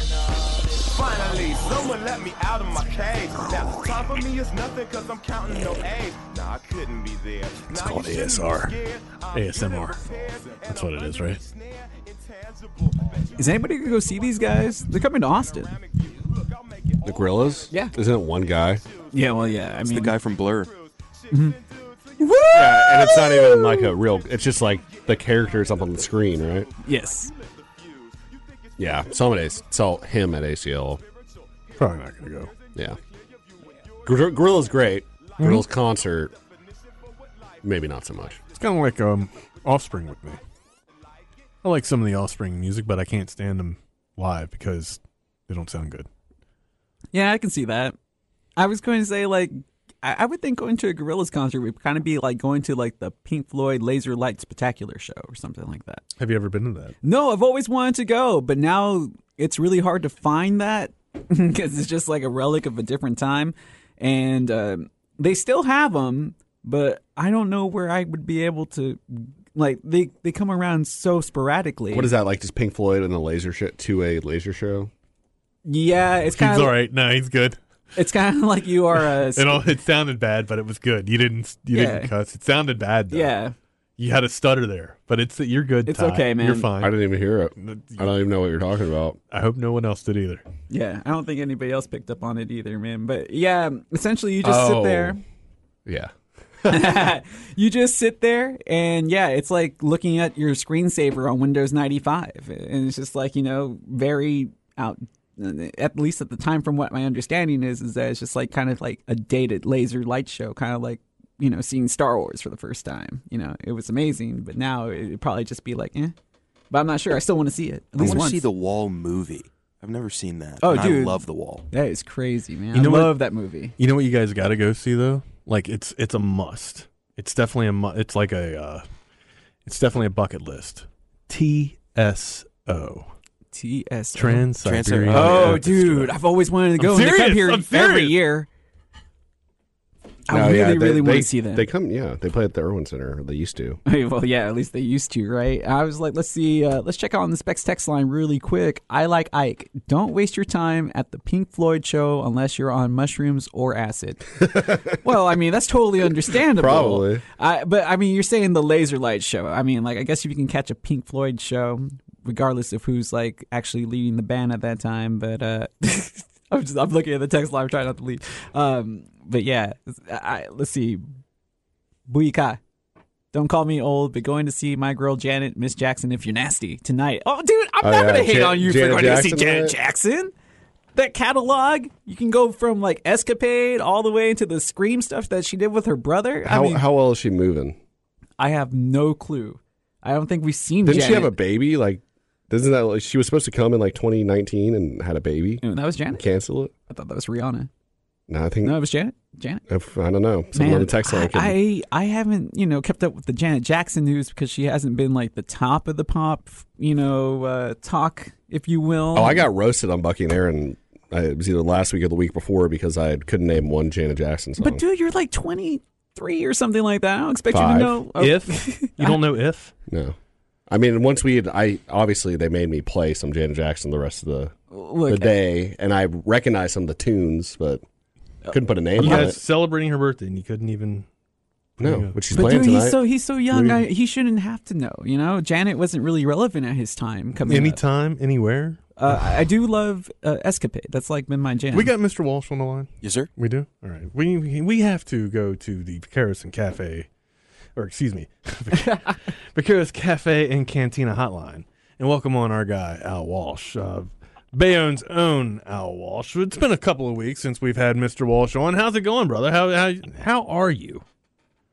N: Finally, someone let me out of my cage. Now, time for me is nothing because I'm counting no A's. Nah, I couldn't be there. It's
J: called ASR. ASMR. That's what it is, right?
K: Is anybody gonna go see these guys? They're coming to Austin.
I: The Gorillas.
K: Yeah.
I: isn't it one guy?
K: Yeah, well, yeah. I mean,
O: the guy from Blur.
K: Mm-hmm.
I: Yeah, and it's not even like a real. It's just like the characters up on the screen, right?
K: Yes.
I: Yeah, some days saw him at ACL.
J: Probably not going to go. Mm-hmm.
I: Yeah, Gor- Gorilla's great. Gorilla's concert, maybe not so much.
J: It's kind of like um, Offspring with me. I like some of the Offspring music, but I can't stand them live because they don't sound good.
K: Yeah, I can see that. I was going to say like I, I would think going to a Gorillaz concert would kind of be like going to like the Pink Floyd Laser Light Spectacular show or something like that.
J: Have you ever been to that?
K: No, I've always wanted to go, but now it's really hard to find that because it's just like a relic of a different time, and uh, they still have them, but I don't know where I would be able to. Like they they come around so sporadically.
I: What is that like? Just Pink Floyd and the laser show to a laser show.
K: Yeah, it's kind
J: he's
K: of
J: all right. No, he's good.
K: it's kind of like you are a
J: It all it sounded bad, but it was good. You didn't you
K: Yeah.
J: didn't cuss. It sounded bad. Though.
K: yeah.
J: You had a stutter there, but it's you're good.
K: It's
J: Ty.
K: okay, man.
J: You're
I: I
J: fine.
I: didn't even hear it. I don't even know what you're talking about.
J: I hope no one else did either.
K: Yeah, I don't think anybody else picked up on it either, man. But yeah, essentially you just sit
I: Oh.
K: there.
I: Yeah.
K: you just sit there and yeah, it's like looking at your screensaver on Windows 95 and it's just like, you know, very out at least at the time from what my understanding is is that it's just like kind of like a dated laser light show, kind of like you know, seeing Star Wars for the first time. You know, it was amazing, but now it'd probably just be like, eh. But I'm not sure. I still want to see it. At
O: I
K: least
O: want to
K: once.
O: see the Wall movie. I've never seen that.
K: Oh,
O: and
K: dude.
O: I love the Wall.
K: that is crazy, man.
J: You know
K: I
J: what?
K: love that movie.
J: You know what you guys got to go see though? Like it's it's a must. It's definitely a mu- it's like a uh, it's definitely a bucket list. TSO
K: TS
J: Trans Siberian.
O: Trans-
K: Oh,
O: Yeah.
K: dude, I've always wanted to go. and
J: I'm
K: they come
J: serious,
K: here
J: I'm
K: every
J: serious.
K: year. I
I: No,
K: really,
I: yeah, they-
K: really want
I: they-
K: to see them.
I: They come, yeah. They play at the Irwin Center. or They used to.
K: well, yeah, at least they used to, right? I was like, let's see, uh, let's check out on the Specs text line really quick. I like Ike. Don't waste your time at the Pink Floyd show unless you're on mushrooms or acid. well, I mean, that's totally understandable.
I: Probably.
K: I, but I mean, you're saying the laser light show. I mean, like, I guess if you can catch a Pink Floyd show, regardless of who's like actually leading the band at that time. But uh, I'm just I'm looking at the text line, I'm trying not to leave. Um, but yeah, I, let's see. Buika. Don't call me old, but going to see my girl Janet, Miss Jackson, if you're nasty tonight. Oh, dude, I'm
I: Oh,
K: not
I: yeah,
K: gonna hate
I: Jan-
K: on you
I: Janet
K: for going to
I: Jackson
K: see Janet
I: tonight?
K: Jackson. That catalog, you can go from like Escapade all the way into the Scream stuff that she did with her brother.
I: How
K: I mean,
I: how well is she moving?
K: I have no clue. I don't think we've seen.
I: Didn't she
K: Janet.
I: have a baby? Like, doesn't that like, she was supposed to come in like 2019 and had a baby?
K: No, that was
I: And
K: Janet.
I: cancel it?
K: I thought that was Rihanna.
I: No, I think
K: No, it was Janet. Janet.
I: if- I don't know. Someone on the text line.
K: I,
I: can-
K: I I haven't you know kept up with the Janet Jackson news because she hasn't been like the top of the pop you know uh, talk if you will.
I: oh, I got roasted on Bucky and Aaron I, it was either last week or the week before because I couldn't name one Janet Jackson song.
K: But dude, you're like 23 or something like that. I don't expect you
I: Five.
K: to know. oh.
J: If you don't know if
I: No. I mean, once we had, I obviously they made me play some Janet Jackson the rest of the,
K: Look,
I: the day, and I recognized some of the tunes, but couldn't put a name
J: you
I: on
J: guys
I: it.
J: celebrating her birthday and you couldn't even
I: No, but she's
K: but
I: playing
K: dude,
I: tonight.
K: he's so he's so young.
I: We're-
K: I, he shouldn't have to know. You know, Janet wasn't really relevant at his time. Coming up.
J: anytime, anywhere.
K: Uh, I I do love uh, Escapade. That's like been my jam.
J: We got Mr. Walsh on the line.
O: Yes, sir.
J: We do. All right. We we we have to go to the Vaqueros and Cafe, or excuse me, Vaqueros Cafe and Cantina Hotline, and welcome on our guy Al Walsh, uh, Bayonne's own Al Walsh. It's been a couple of weeks since we've had Mr. Walsh on. How's it going, brother? How how how are you?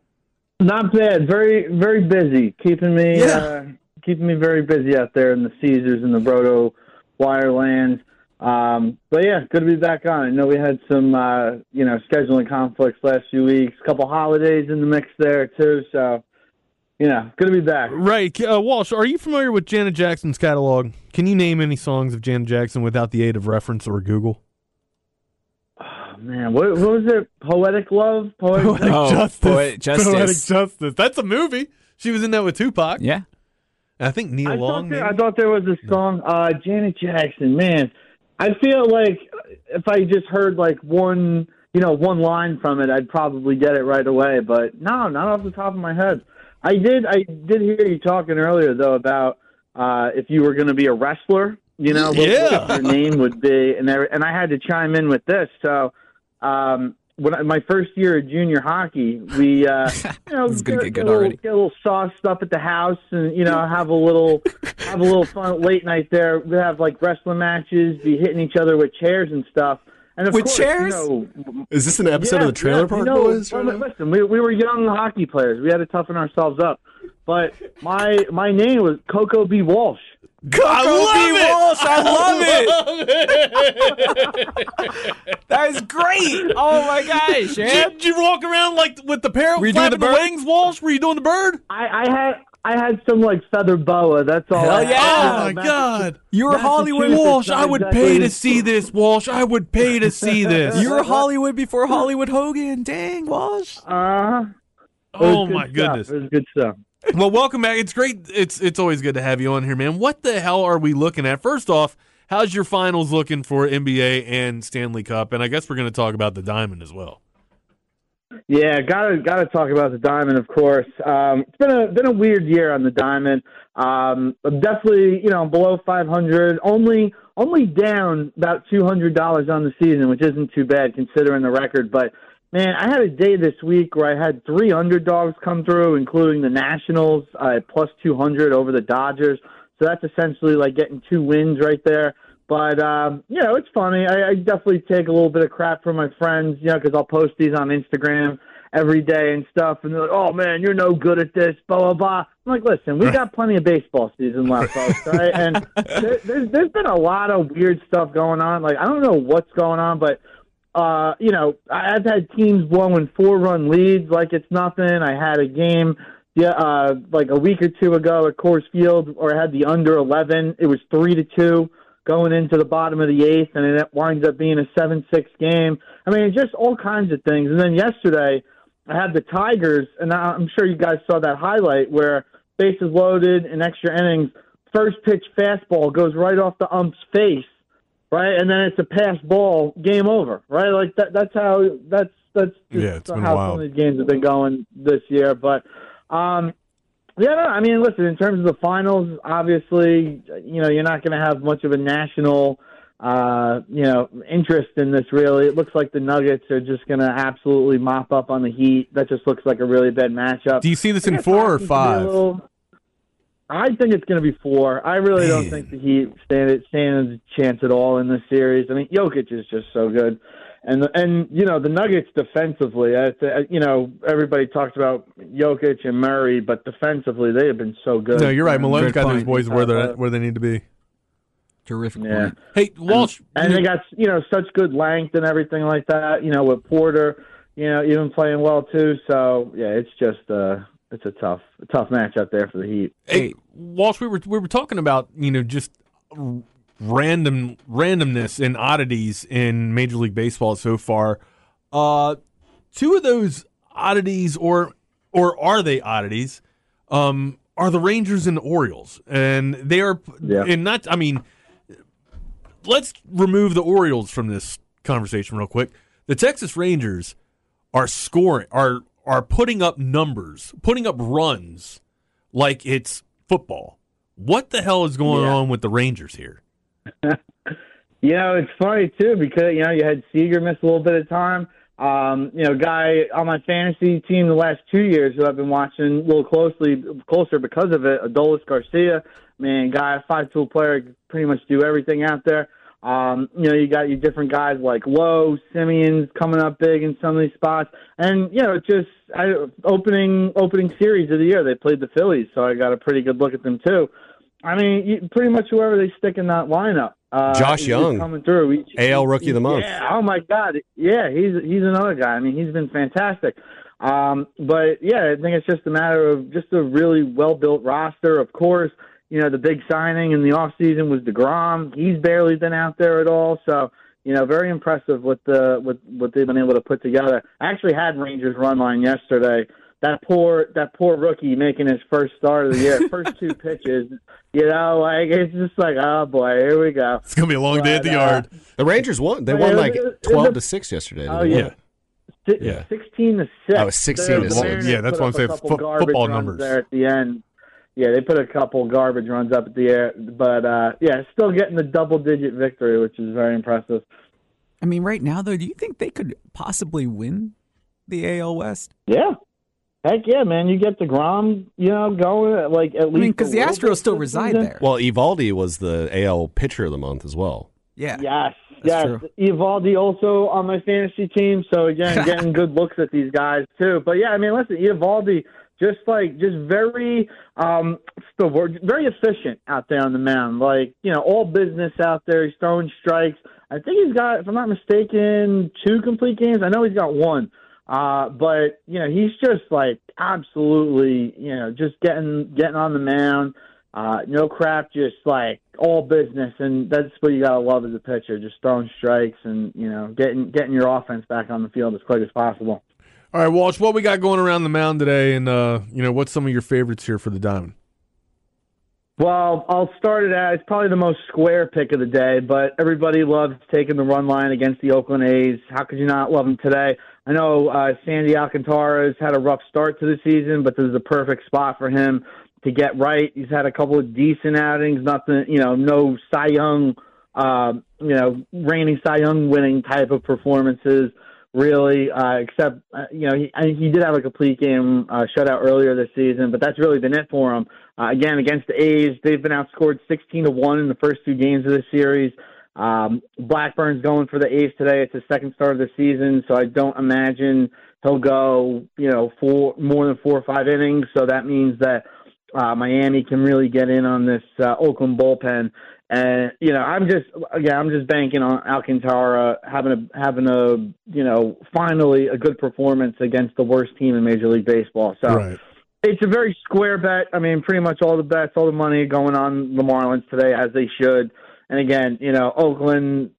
P: Not bad. Very very busy. Keeping me uh, keeping me very busy out there in the Caesars and the Brodo Wirelands. Um, but yeah, good to be back on. I know we had some uh, you know scheduling conflicts last few weeks. A couple holidays in the mix there too. So you know, good to be back.
J: Right, uh, Walsh. Are you familiar with Janet Jackson's catalog? Can you name any songs of Janet Jackson without the aid of reference or Google?
P: Oh, man, what, what was it? Poetic love, poetic,
J: Poetic Justice.
K: Oh, Poetic Justice.
J: Poetic Justice. That's a movie. She was in that with Tupac.
K: Yeah.
J: I think Neil
P: I
J: Long.
P: Thought there, I thought there was a song, uh, Janet Jackson. Man, I feel like if I just heard like one, you know, one line from it, I'd probably get it right away. But no, not off the top of my head. I did. I did hear you talking earlier though about uh, if you were going to be a wrestler. You know, what,
Q: Yeah.
P: what your name would be, and there, and I had to chime in with this. So, um, when I, my first year of junior hockey, we uh, you know
K: is gonna
P: get, get
K: get good
P: a little,
K: already.
P: get a little sauced up at the house, and you know have a little have a little fun late night there. We have like wrestling matches, be hitting each other with chairs and stuff. And of
I: With
P: course,
I: chairs?
P: you know,
I: Is this an episode of the Trailer Park
P: you know,
I: Boys?
P: well, listen, we, we were young hockey players. We had to toughen ourselves up. But my my name was Coco B. Walsh.
K: I love it. Walsh, I love it.
R: that
K: is great. Oh my gosh, yeah.
J: Did you walk around like with the parrot
K: Were you doing
J: flapping
K: the
J: the,
K: bird?
J: wings, Walsh? Were you doing the bird?
P: I, I had I had some like feather boa. That's all. I
J: Hell
P: had. You
J: yeah.
P: know,
J: Oh, my
P: Mass-
J: God.
K: You're
P: Massachusetts,
K: Hollywood
P: not
K: Walsh. I would pay
P: exactly-
J: to see this, Walsh. I would pay to see this.
K: You're Hollywood before Hollywood Hogan. Dang, Walsh.
P: Uh,
J: Oh my goodness.
P: It was good stuff.
J: well, welcome back. It's great. It's it's always good to have you on here, man. What the hell are we looking at? First off, how's your finals looking for NBA and Stanley Cup? And I guess we're going to talk about the diamond as well.
P: Yeah, gotta gotta talk about the diamond, of course. Um, it's been a been a weird year on the diamond. Um, I'm definitely, you know, below 500. Only only down about $200 on the season, which isn't too bad considering the record. But man, I had a day this week where I had three underdogs come through, including the Nationals uh, at plus 200 over the Dodgers. So that's essentially like getting two wins right there. But um, you know, it's funny. I, I definitely take a little bit of crap from my friends, you know, because I'll post these on Instagram every day and stuff, and they're like, "Oh man, you're no good at this," blah blah blah. I'm like, listen, we got plenty of baseball season left, folks. all Right? And there, there's there's been a lot of weird stuff going on. Like I don't know what's going on, but uh, you know, I- I've had teams blowing four run leads like it's nothing. I had a game yeah, uh, like a week or two ago at Coors Field where I had the under 11. It was 3 to 2 going into the bottom of the eighth, and it winds up being a 7 6 game. I mean, just all kinds of things. And then yesterday, I had the Tigers, and I- I'm sure you guys saw that highlight where bases loaded and extra innings. First pitch fastball goes right off the ump's face right? And then it's a pass ball, game over, right? Like that. That's how. That's that's just
J: Yeah, it's been
P: how
J: wild.
P: some of these games have been going this year. But um, yeah, no, I mean, listen. In terms of the finals, obviously, you know, you're not going to have much of a national. Uh, you know, interest in this really. It looks like the Nuggets are just going to absolutely mop up on the Heat. That just looks like a really bad matchup.
J: Do you see this
P: I
J: in
P: guess
J: four or
P: Boston's gonna be a
J: five?
P: little- I think it's going to be four. I really don't think the Heat stand it stands a chance at all in this series. I mean, Jokic is just so good, and and you know the Nuggets defensively. I, I- you know everybody talks about Jokic and Murray, but defensively they have been so good.
J: No, you're right. Malone's
P: Malone's
J: got those boys where they're at, where they need to be.
K: Terrific.
P: Yeah.
J: Hey, Walsh,
P: and, they got you know such good length and everything like that. You know with Porter, you know even playing well too. So yeah, it's just uh it's a tough tough match out there for the Heat.
J: Hey, Walsh, we were we were talking about you know just random randomness and oddities in Major League Baseball so far. Uh, two of those oddities, or or are they oddities? Um, are the Rangers and the Orioles, and they are,
R: Yeah.
J: and not. I mean, let's remove the Orioles from this conversation real quick. The Texas Rangers are scoring are are putting up numbers, putting up runs like it's football. What the hell is going on with the Rangers here?
P: You know, it's funny too because you know you had Seager miss a little bit of time. Um, you know, guy on my fantasy team the last two years who I've been watching a little closely, closer because of it. Adolis Garcia, man, guy five tool player, could pretty much do everything out there. Um, you know, you got your different guys like Lowe, Simeon's coming up big in some of these spots, and you know, it's just I, opening opening series of the year they played the Phillies, so I got a pretty good look at them too. I mean, you, pretty much whoever they stick in that lineup. Uh,
I: Josh
P: is
I: Young.
P: coming through. He-
I: AL Rookie of the Month.
P: Yeah. Oh my God. Yeah, he's he's another guy. I mean, he's been fantastic. Um, but yeah, I think it's just a matter of just a really well built roster. Of course, you know the big signing in the off season was Degrom. He's barely been out there at all. So you know, very impressive with the with what they've been able to put together. I actually had Rangers run line yesterday. That poor that poor rookie making his first start of the year, first two pitches. You know, like it's just like, oh boy, here we go.
J: It's gonna be a long day at the
P: uh,
J: yard.
I: The Rangers won. They
P: But
I: won
P: it was-
I: like
P: it was-
I: twelve to six yesterday.
P: Oh,
I: didn't they?
P: yeah. Si-
I: Yeah.
P: sixteen to six.
I: Oh, it was 16 to
P: They-
I: six.
P: they
I: Yeah, that's
P: put
I: why I'm
P: up a
I: saying
P: couple
I: fo-
P: garbage
I: football
P: runs
I: numbers.
P: there at the end. Yeah, they put a couple garbage runs up at the air, but uh, yeah, still getting the double digit victory, which is very impressive.
K: I mean, right now though, do you think they could possibly win the AL West?
P: Yeah. Heck yeah, man! You get the Grom, you know, going like at least.
K: mean, 'cause
P: a
K: the
P: little
K: Astros
P: bit
K: still
P: this
K: reside
P: season.
K: there.
I: Well, Ivaldi was the AL Pitcher of the Month as well.
K: Yeah.
P: Yes. yes. Evaldi also on my fantasy team. So again, getting good looks at these guys too. But yeah, I mean, listen, Evaldi just like just very um what's the word very efficient out there on the mound. Like, you know, all business out there. He's throwing strikes. I think he's got, if I'm not mistaken, two complete games. I know he's got one. Uh, but you know, he's just like absolutely, you know, just getting getting on the mound. Uh, no crap, just like all business, and that's what you gotta love as a pitcher, just throwing strikes and you know getting getting your offense back on the field as quick as possible.
J: All right, Walsh, what we got going around the mound today, and uh, you know what's some of your favorites here for the Diamond?
P: Well, I'll start it out. It's probably the most square pick of the day, but everybody loves taking the run line against the Oakland A's. How could you not love them today? I know uh, Sandy Alcantara's had a rough start to the season, but this is a perfect spot for him to get right. He's had a couple of decent outings, nothing, you know, no Cy Young, uh, you know, reigning Cy Young winning type of performances really, uh, except, uh, you know, he, I, he did have a complete game uh, shutout earlier this season, but that's really been it for him. Uh, again, against the A's, they've been outscored 16 to 1 in the first two games of the series. Um, Blackburn's going for the A's today. It's his second start of the season, so I don't imagine he'll go, you know, four, more than four or five innings. So that means that uh, Miami can really get in on this uh, Oakland bullpen. And you know, I'm just again, I'm just banking on Alcantara having a having a you know finally a good performance against the worst team in Major League Baseball. So it's a very square bet. I mean, pretty much all the bets, all the money going on the Marlins today, as they should. And again, you know, Oakland,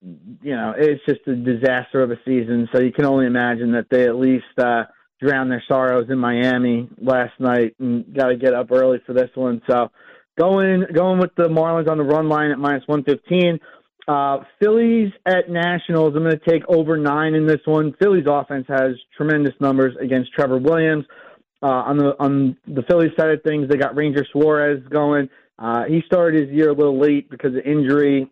P: you know, it's just a disaster of a season. So you can only imagine that they at least uh, drown their sorrows in Miami last night and got to get up early for this one. So going going with the Marlins on the run line at minus one fifteen. Uh, Phillies at Nationals. I'm going to take over nine in this one. Phillies offense has tremendous numbers against Trevor Williams. Uh, on the on the Phillies side of things, they got Ranger Suarez going. Uh, he started his year a little late because of injury.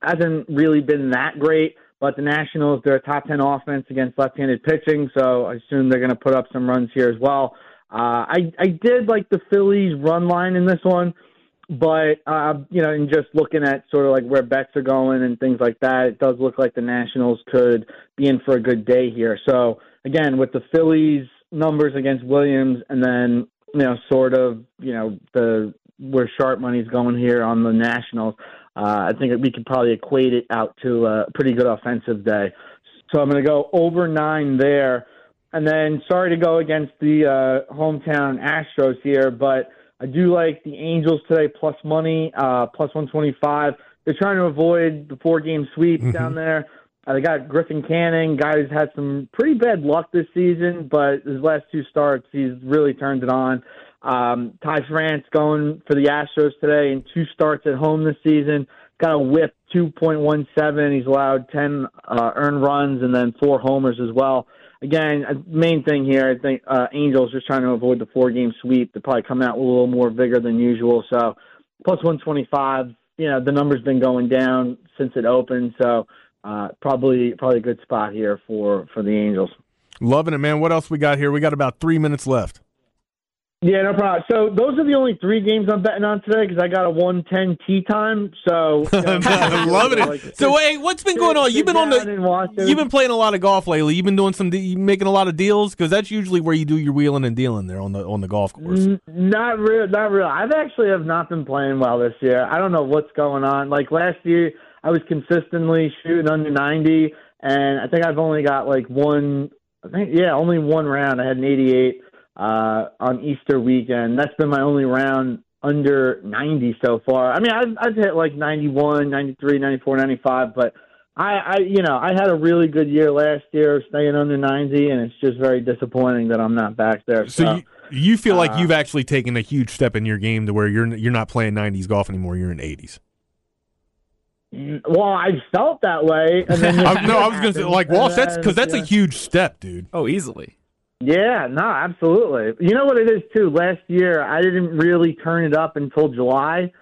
P: Hasn't really been that great, but the Nationals they're a top ten offense against left-handed pitching, so I assume they're going to put up some runs here as well. Uh, I I did like the Phillies run line in this one but uh, you know, and just looking at sort of like where bets are going and things like that, it does look like the Nationals could be in for a good day here. So again, with the Phillies numbers against Williams, and then you know, sort of you know the where sharp money's going here on the Nationals, uh, I think that we could probably equate it out to a pretty good offensive day. So I'm going to go over nine there. And then, sorry to go against the uh, hometown Astros here, but I do like the Angels today, plus money, uh, plus 125. they're trying to avoid the four game sweep down there. Uh, they got Griffin Canning, guy who's had some pretty bad luck this season, but his last two starts, he's really turned it on. Um, Ty France going for the Astros today and two starts at home this season. Got a whip 2.17. He's allowed 10 uh, earned runs and then four homers as well. Again, uh, main thing here, I think uh, Angels just trying to avoid the four game sweep. They're probably coming out with a little more vigor than usual. So plus 125, you know, the number's been going down since it opened. So uh, probably probably a good spot here for, for the Angels.
J: Loving it, man. What else we got here? We got about three minutes left.
P: Yeah, no problem. Uh, So those are the only three games I'm betting on today because I got a 110 tea time. So you know,
J: I'm loving it. So, hey, what's been going on? You've been on the, you've been playing a lot of golf lately. You've been doing some, de- you making a lot of deals because that's usually where you do your wheeling and dealing there on the on the golf course.
P: N- Not real, not real. I've actually have not been playing well this year. I don't know what's going on. Like last year, I was consistently shooting under 90, and I think I've only got like one. I think yeah, only one round. I had an 88 uh, on Easter weekend. That's been my only round under 90 so far. I mean, I've, I've hit like 91, 93, 94, 95, but I, I, you know, I had a really good year last year, staying under 90, and it's just very disappointing that I'm not back there. So,
J: So
K: uh,
J: you, you feel like you've actually taken a huge step in your game to where you're you're not playing 90s golf anymore. You're in 80s.
P: well, I felt that way. And then
J: I- no, I was gonna say like Walsh. That's because that's a huge step, dude.
K: Oh, easily.
P: Yeah, no, absolutely. You know what it is too. Last year, I didn't really turn it up until July,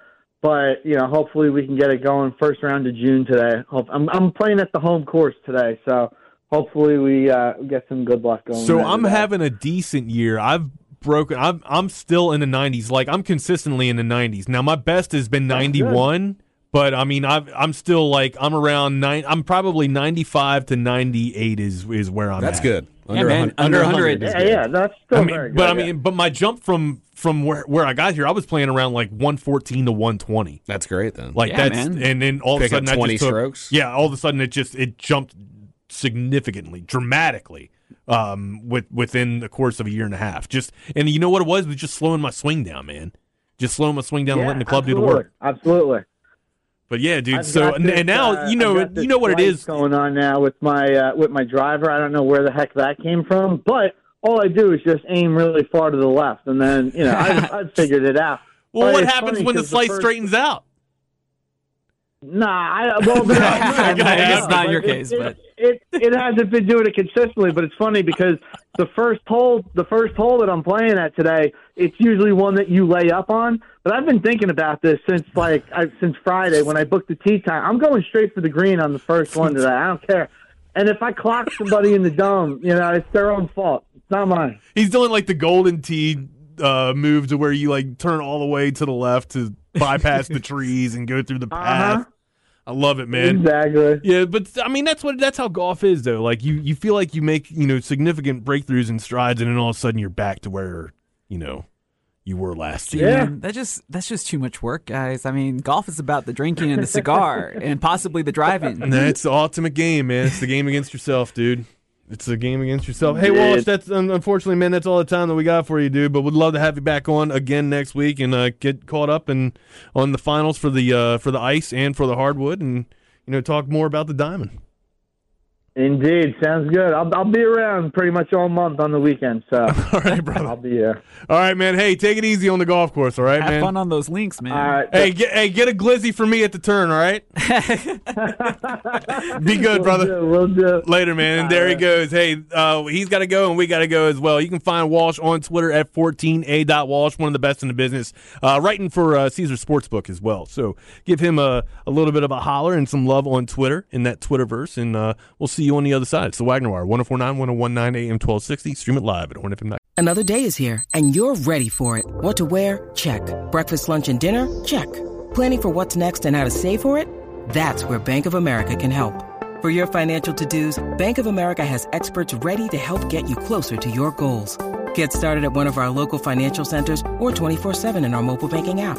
P: but you know, hopefully we can get it going first round of June today. Hope- I'm I'm playing at the home course today, so hopefully we uh, get some good luck going.
J: So
P: there
J: I'm
P: today.
J: having a decent year. I've broken. I'm I'm still in the 90s. Like I'm consistently in the 90s. Now my best has been 91, but I mean I've, I'm still like I'm around nine. I'm probably 95 to 98 is is where I'm.
I: That's
J: at.
I: good. Yeah, Under man, 100 under 100 is
P: Yeah, good. yeah, that's still
J: I mean,
P: very
J: But
P: good,
J: I mean, but my jump from from where where I got here, I was playing around like 114 to 120.
I: That's great then.
J: Like
I: Yeah,
J: that's
I: man.
J: and then all
I: Pick
J: of
I: up
J: a sudden I
I: 20
J: just took,
I: strokes.
J: Yeah, all of a sudden it just it jumped significantly, dramatically, um, with within the course of a year and a half. Just and you know what it was? It was just slowing my swing down, man. Just slowing my swing down and
P: Yeah,
J: letting the club do the
P: absolutely,
J: work.
P: Absolutely.
J: But yeah, dude.
P: I've
J: so
P: got
J: and,
P: this,
J: and now
P: uh,
J: you know
P: I've got
J: you know
P: this
J: what it
P: light
J: is.
P: going on now with my uh, with my driver. I don't know where the heck that came from, but all I do is just aim really far to the left, and then you know I've, I've figured it out.
J: Well,
P: But
J: what
P: it's
J: happens
P: funny
J: when the
P: 'cause
J: slice
P: first-
J: straightens out?
P: Nah, I, well, but I-
J: Okay, that's not
P: but
J: your
P: it-
J: case,
P: it-
J: but-
P: it, it hasn't been doing it consistently. But it's funny because the first hole, the first hole that I'm playing at today, it's usually one that you lay up on. But I've been thinking about this since like I, since Friday when I booked the tee time. I'm going straight for the green on the first one today. I don't care. And if I clock somebody in the dome, you know it's their own fault. It's not mine.
J: He's doing like the golden tee uh, move to where you like turn all the way to the left to bypass the trees and go through the path. I love it, man.
P: Uh-huh. Exactly.
J: Yeah, but I mean that's what that's how golf is though. Like you you feel like you make, you know, significant breakthroughs and strides and then all of a sudden you're back to where, you know, you were last
K: See,
J: year.
K: man, that just that's just too much work, guys. I mean, golf is about the drinking and the cigar and possibly the driving.
J: And that's the ultimate game, man. It's the game against yourself, dude. It's a game against yourself. Hey,
R: Dude.
J: Wallace, that's un- unfortunately, man, that's all the time that we got for you, dude. But we'd love to have you back on again next week and uh, get caught up and on the finals for the uh, for the ice and for the hardwood, and you know talk more about the diamond.
P: Indeed, sounds good. I'll, I'll be around pretty much all month on the weekend. So all
J: right, brother.
P: I'll be uh, here.
J: All right, man. Hey, take it easy on the golf course. All right,
K: Have
J: man.
K: fun on those links, man.
P: All right.
J: Hey, get, hey, get a glizzy for me at the turn, all right? Be good, brother. Later, man. And there he goes. Hey, uh, he's got to go, and we got to go as well. You can find Walsh on Twitter at 14a.walsh, one of the best in the business, uh, writing for uh, Caesar Sportsbook as well. So give him a, a little bit of a holler and some love on Twitter in that Twitterverse, and uh, we'll see you on the other side. It's the Wagner oh Wire, 1049, 1019 AM 1260. Stream it live at hornfm.com.
Q: Another day is here, and you're ready for it. What to wear? Check. Breakfast, lunch, and dinner? Check. Planning for what's next and how to save for it? That's where Bank of America can help. For your financial to dos, Bank of America has experts ready to help get you closer to your goals. Get started at one of our local financial centers or 24-7 in our mobile banking app.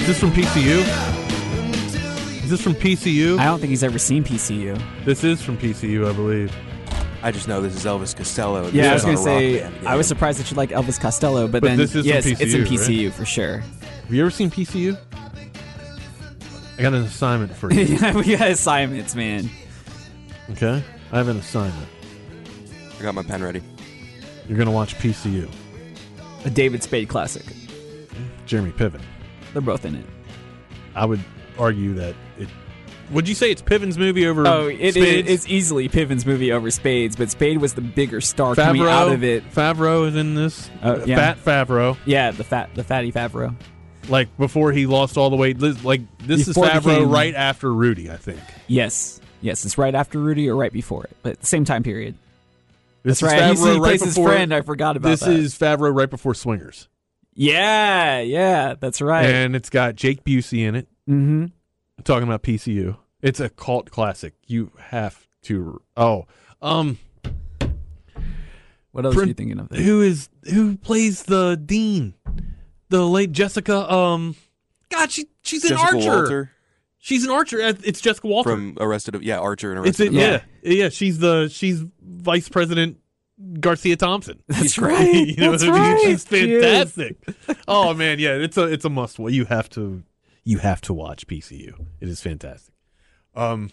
J: this from PCU? Is this from PCU?
K: I don't think he's ever seen PCU.
J: This is from PCU, I believe.
O: I just know this is Elvis Costello. and
K: Yeah, I was
O: this
K: gonna
O: is on a rock
K: say
O: band.
K: I was surprised that you like Elvis Costello, but,
J: Oh, But
K: then
J: this is from
K: yes, it's in
J: PCU, right?
K: PCU for sure.
J: Have you ever seen PCU? I got an assignment for you.
K: yeah, we got assignments, man.
J: Okay? I have an assignment.
O: I got my pen ready.
J: You're going to watch PCU.
K: A David Spade classic.
J: Jeremy Piven.
K: They're both in it.
J: I would argue that it. Would you say it's Piven's movie over
K: Oh, it is,
J: Spade's?
K: it's easily Piven's movie over Spades, but Spade was the bigger star coming
J: Favreau?
K: out of it.
J: Favreau is in this.
K: Oh, yeah.
J: Fat Favreau.
K: Yeah, the fat, the fatty Favreau.
J: Like before he lost all the weight. This- Like this
K: Before
J: is
K: he
J: Favreau
K: became-
J: right after Rudy, I think.
K: Yes, yes, it's right after Rudy or right before it, but same time period.
J: This
K: That's
J: is
K: right.
J: Favreau
K: He's- he
J: right
K: plays his
J: before-
K: friend. I forgot about
J: this
K: that.
J: is Favreau right before Swingers,
K: Yeah, yeah, that's right.
J: and it's got Jake Busey in it.
K: mm-hmm.
J: I'm talking about PCU. It's a cult classic. You have to. Oh, um,
K: What else
J: Prin-
K: are you thinking of? There?
J: who is who plays the dean? The late Jessica. Um, God, she she's an
O: Jessica
J: Archer.
O: Walter
J: She's an Archer. It's Jessica Walter.
O: from Mm, Arrested. Yeah, Archer and
J: it's
O: Arrested.
J: it. Yeah. yeah, She's the she's Vice President Garcia Thompson.
K: That's right.
J: you know,
K: that's
J: she's
K: right. She is.
J: fantastic. oh man, yeah, it's a it's a must. Well, you have to you have to watch PCU. It is fantastic. Um,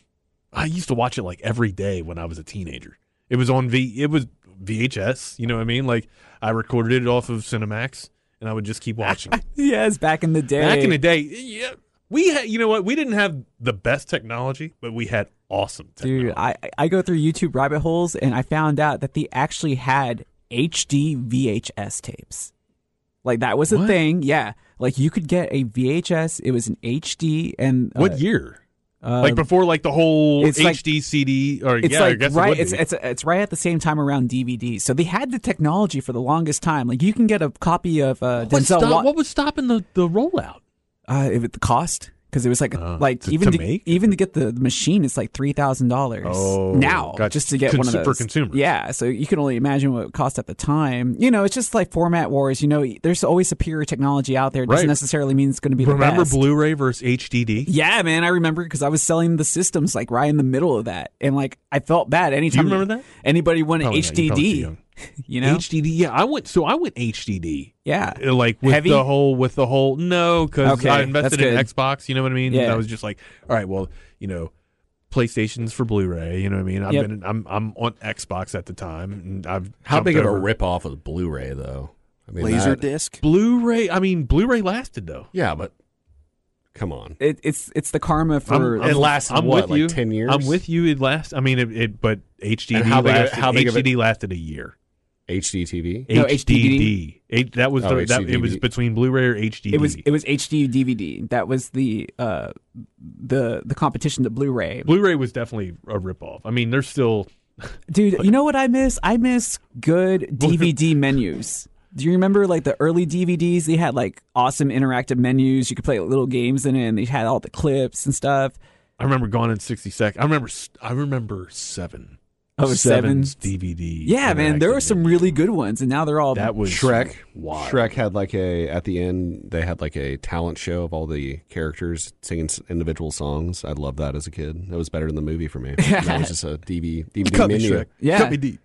J: I used to watch it like every day when I was a teenager. It was on V. It was VHS. You know what I mean? Like I recorded it off of Cinemax, and I would just keep watching. it.
K: Yes, back in the day.
J: Back in the day, yeah, we had. You know what? We didn't have the best technology, but we had awesome. Technology.
K: Dude, I, I go through YouTube rabbit holes and I found out that they actually had HD VHS tapes. Like that was a
J: What?
K: thing. Yeah. Like you could get a VHS, it was an HD and uh,
J: What year?
K: uh,
J: like before, like the whole
K: it's
J: HD
K: like-
J: CD, or
K: it's
J: yeah, I
K: like
J: guess
K: right
J: it would
K: it's,
J: be.
K: it's it's right at the same time around DVDs. So they had the technology for the longest time. Like you can get a copy of uh
J: what,
K: Denzel
J: stop-
K: Wa-
J: what was stopping the, the rollout?
K: uh if it, the cost because it was like
J: Oh,
K: like
J: to-
K: even
J: to
K: to,
J: make?
K: even to get the the machine it's like three thousand dollars
J: Oh,
K: now
J: gotcha.
K: just to get one
J: Consu-
K: of
J: for
K: those
J: consumers.
K: Yeah, so you can only imagine what it cost at the time. You know, it's just like format wars. You know, there's always superior technology out there. It doesn't
J: Right.
K: necessarily mean it's going to be the
J: Remember
K: best.
J: Blu-ray versus HDD?
K: yeah, man, I remember because I was selling the systems like right in the middle of that, and like I felt bad anytime.
J: remember that?
K: Anybody wanted
J: Probably not. You're probably too
K: HDD?
J: young.
K: You know,
J: HDD. Yeah, I went. So I went HDD.
K: yeah,
J: Uh, Like with
K: Heavy?
J: the whole with the whole no, because
K: Okay,
J: I
K: that's
J: invested in
K: good.
J: Xbox. You know what I mean?
K: Yeah.
J: And I was just like, all right, well, you know, PlayStation's for Blu-ray. You know what I mean? I've
K: Yep.
J: been I'm I'm on Xbox at the time, and I've
I: How
J: jumped
I: big of a
J: over.
I: ripoff of Blu-ray though? I mean,
O: Laser
I: that-
O: disc.
J: Blu-ray. I mean, Blu-ray lasted though.
I: Yeah, but come on.
K: It, it's it's the karma for
I: I'm- It lasted,
J: I'm
I: what,
J: with
I: like
J: you.
I: 10 years?
J: I'm with you. It last. I mean, it, it but HDD.
I: And how big of-
J: lasted,
I: how big of it-
J: HDD lasted a year.
I: HDTV.
K: No,
J: HDD. H- that was
I: Oh,
J: the, that, it was
I: HDD.
J: between Blu-ray or HDD.
K: It was it was HD DVD. That was the uh the the competition to Blu-ray.
J: Blu-ray was definitely a ripoff. I mean, there's still
K: Dude, you know what I miss? I miss good DVD menus. Do you remember like the early DVDs? They had like awesome interactive menus. You could play little games in it, and they had all the clips and stuff.
J: I remember Gone in 60 Seconds. I remember s- I remember 7.
K: Oh,
J: Seven's
K: Seven.
J: DVD.
K: Yeah, man, there were some really good ones, and now they're all
J: That was
I: Shrek.
J: Wild.
I: Shrek had like a at the end they had like a talent show of all the characters singing s- individual songs. I loved that as a kid. That was better than the movie for me. that was just a DV, DVD
J: Cut me
I: menu.
J: Shrek.
K: Yeah.
J: Cut me deep.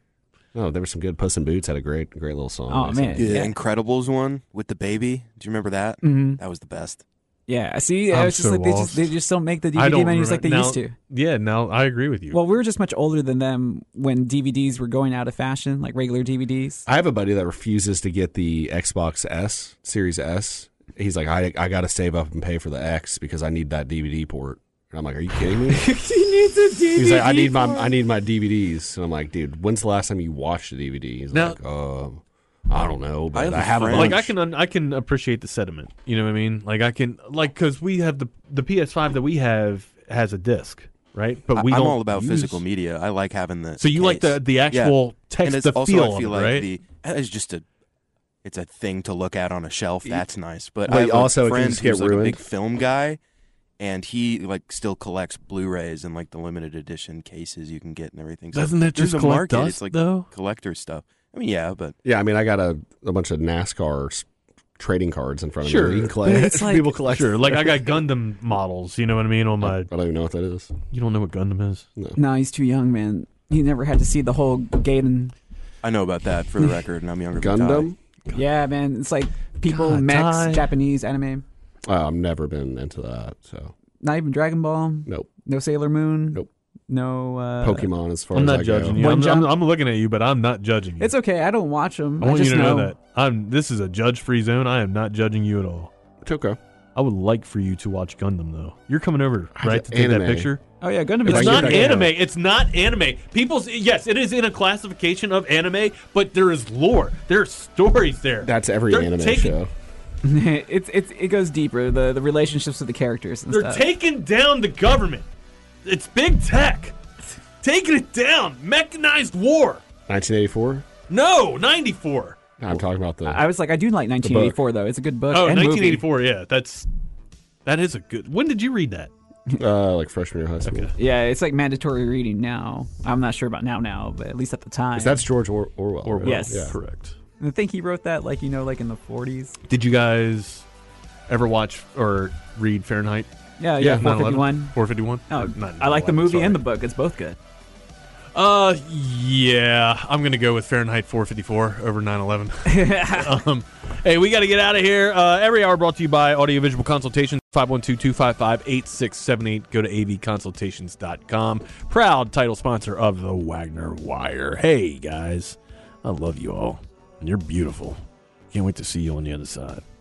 I: Oh, there were some good Puss in Boots had a great great little song.
K: Oh,
I: Nice song.
K: man.
O: The
K: Yeah.
O: Incredibles one with the baby. Do you remember that?
I: Mm-hmm.
O: That was the best.
K: yeah. See, I
J: I'm
K: was just
J: so
K: like they
J: lost.
K: just they just don't make the
J: I
K: DVD
J: don't
K: menus like they
J: remember-
K: used
J: now-
K: to.
J: Yeah, now I agree with you.
K: Well, we were just much older than them when DVDs were going out of fashion, like regular DVDs.
I: I have a buddy that refuses to get the Xbox S Series S. He's like, I I got to save up and pay for the X because I need that DVD port. And I'm like, Are you kidding me?
K: she needs a DVD.
I: He's like, I need my I need my DVDs, and I'm like, dude, when's the last time you watched a DVD? He's
J: No.
I: like, um, I don't know, but I have,
O: have
I: I
O: a
I: have a
O: friend-
I: bunch.
J: like I can un- I can appreciate the sediment. You know what I mean? Like I can like because we have the the PS5 that we have has a disc, right? But we
O: I, am
J: don't
O: all about
J: use-
O: physical media. I like having the.
J: So you like
O: case.
J: the the
O: Yeah.
J: actual text,
O: and it's
J: the
O: also
J: feel
O: I
J: of
O: feel
J: it,
O: like
J: right?
O: the it's just a it's a thing to look at on a shelf. That's nice, but
I: Wait,
O: I have a
I: also it can
O: friend
I: just get
O: who's like a
I: ruined.
O: big film guy, and he like still collects Blu-rays and like the limited edition cases you can get and everything. So
J: Doesn't that
O: there's
J: just
O: a
J: collect
O: market.
J: dust,
O: It's like
J: though?
O: collector stuff. I mean, yeah, but
I: yeah, I mean, I got a, a bunch of NASCAR s- trading cards in front of
J: Sure.
I: you. You can collect.
J: But it's like-
I: people collect.
J: Sure, like I got Gundam models. You know what I mean? On my, I
I: don't even know what that is.
J: You don't know what Gundam is? No.
K: No, he's too young, man. He never had to see the whole Gaiden.
O: I know about that for the record, and I'm younger than
I: Gundam?
K: Yeah, man. It's like people,
I: God,
K: mechs,
I: Ty.
K: Japanese anime.
I: Uh, I've never been into that. So
K: Not even Dragon Ball.
I: Nope.
K: No Sailor Moon.
I: Nope.
K: No uh,
I: Pokemon, as far
J: I'm
I: as
J: not
I: I
J: judging
I: go.
J: you.
K: One
J: I'm,
K: jo-
J: I'm, I'm looking at you, but I'm not judging you.
K: It's okay. I don't watch them.
J: I want
K: just
J: you to know that I'm. This is a judge-free zone. I am not judging you at all.
I: It's okay.
J: I would like for you to watch Gundam though. You're coming over, right, to take that
I: anime.
J: picture?
K: Oh yeah, Gundam
J: It's
K: is
J: not anime. It's not anime. People's yes, it is in a classification of anime, but there is lore. There are stories there.
I: That's every
J: They're
I: anime
J: taking-
I: show.
K: it's it's it goes deeper. The the relationships with the characters. And
J: They're
K: stuff.
J: taking down the government. It's big tech. Taking it down. Mechanized war.
I: 1984.
J: No, 94.
I: I'm talking about the.
K: I was like, I do like 1984 though. It's a good book.
J: Oh,
K: and movie.
J: 1984. Yeah, that's that is a good. When did you read that?
I: uh, like freshman year of high school.
K: Yeah, it's like mandatory reading now. I'm not sure about now now, but at least at the time.
I: 'Cause That's George or- Orwell. Orwell.
K: Yes.
I: Yeah.
J: Correct.
K: I think he wrote that like you know like in the 40s.
J: Did you guys ever watch or read Fahrenheit?
K: Yeah, Uh, yeah, 451.
J: 451.
K: Oh,
J: Or not
K: I like the
J: 9/11,
K: movie
J: sorry.
K: and the book. It's both good.
J: Uh, yeah, I'm gonna go with Fahrenheit 454 over 9/11. um, hey, we got to get out of here. Uh, every hour brought to you by Audiovisual Consultations 512-255-8678. Go to avconsultations.com. Proud title sponsor of the Wagner Wire. Hey guys, I love you all, and you're beautiful. Can't wait to see you on the other side.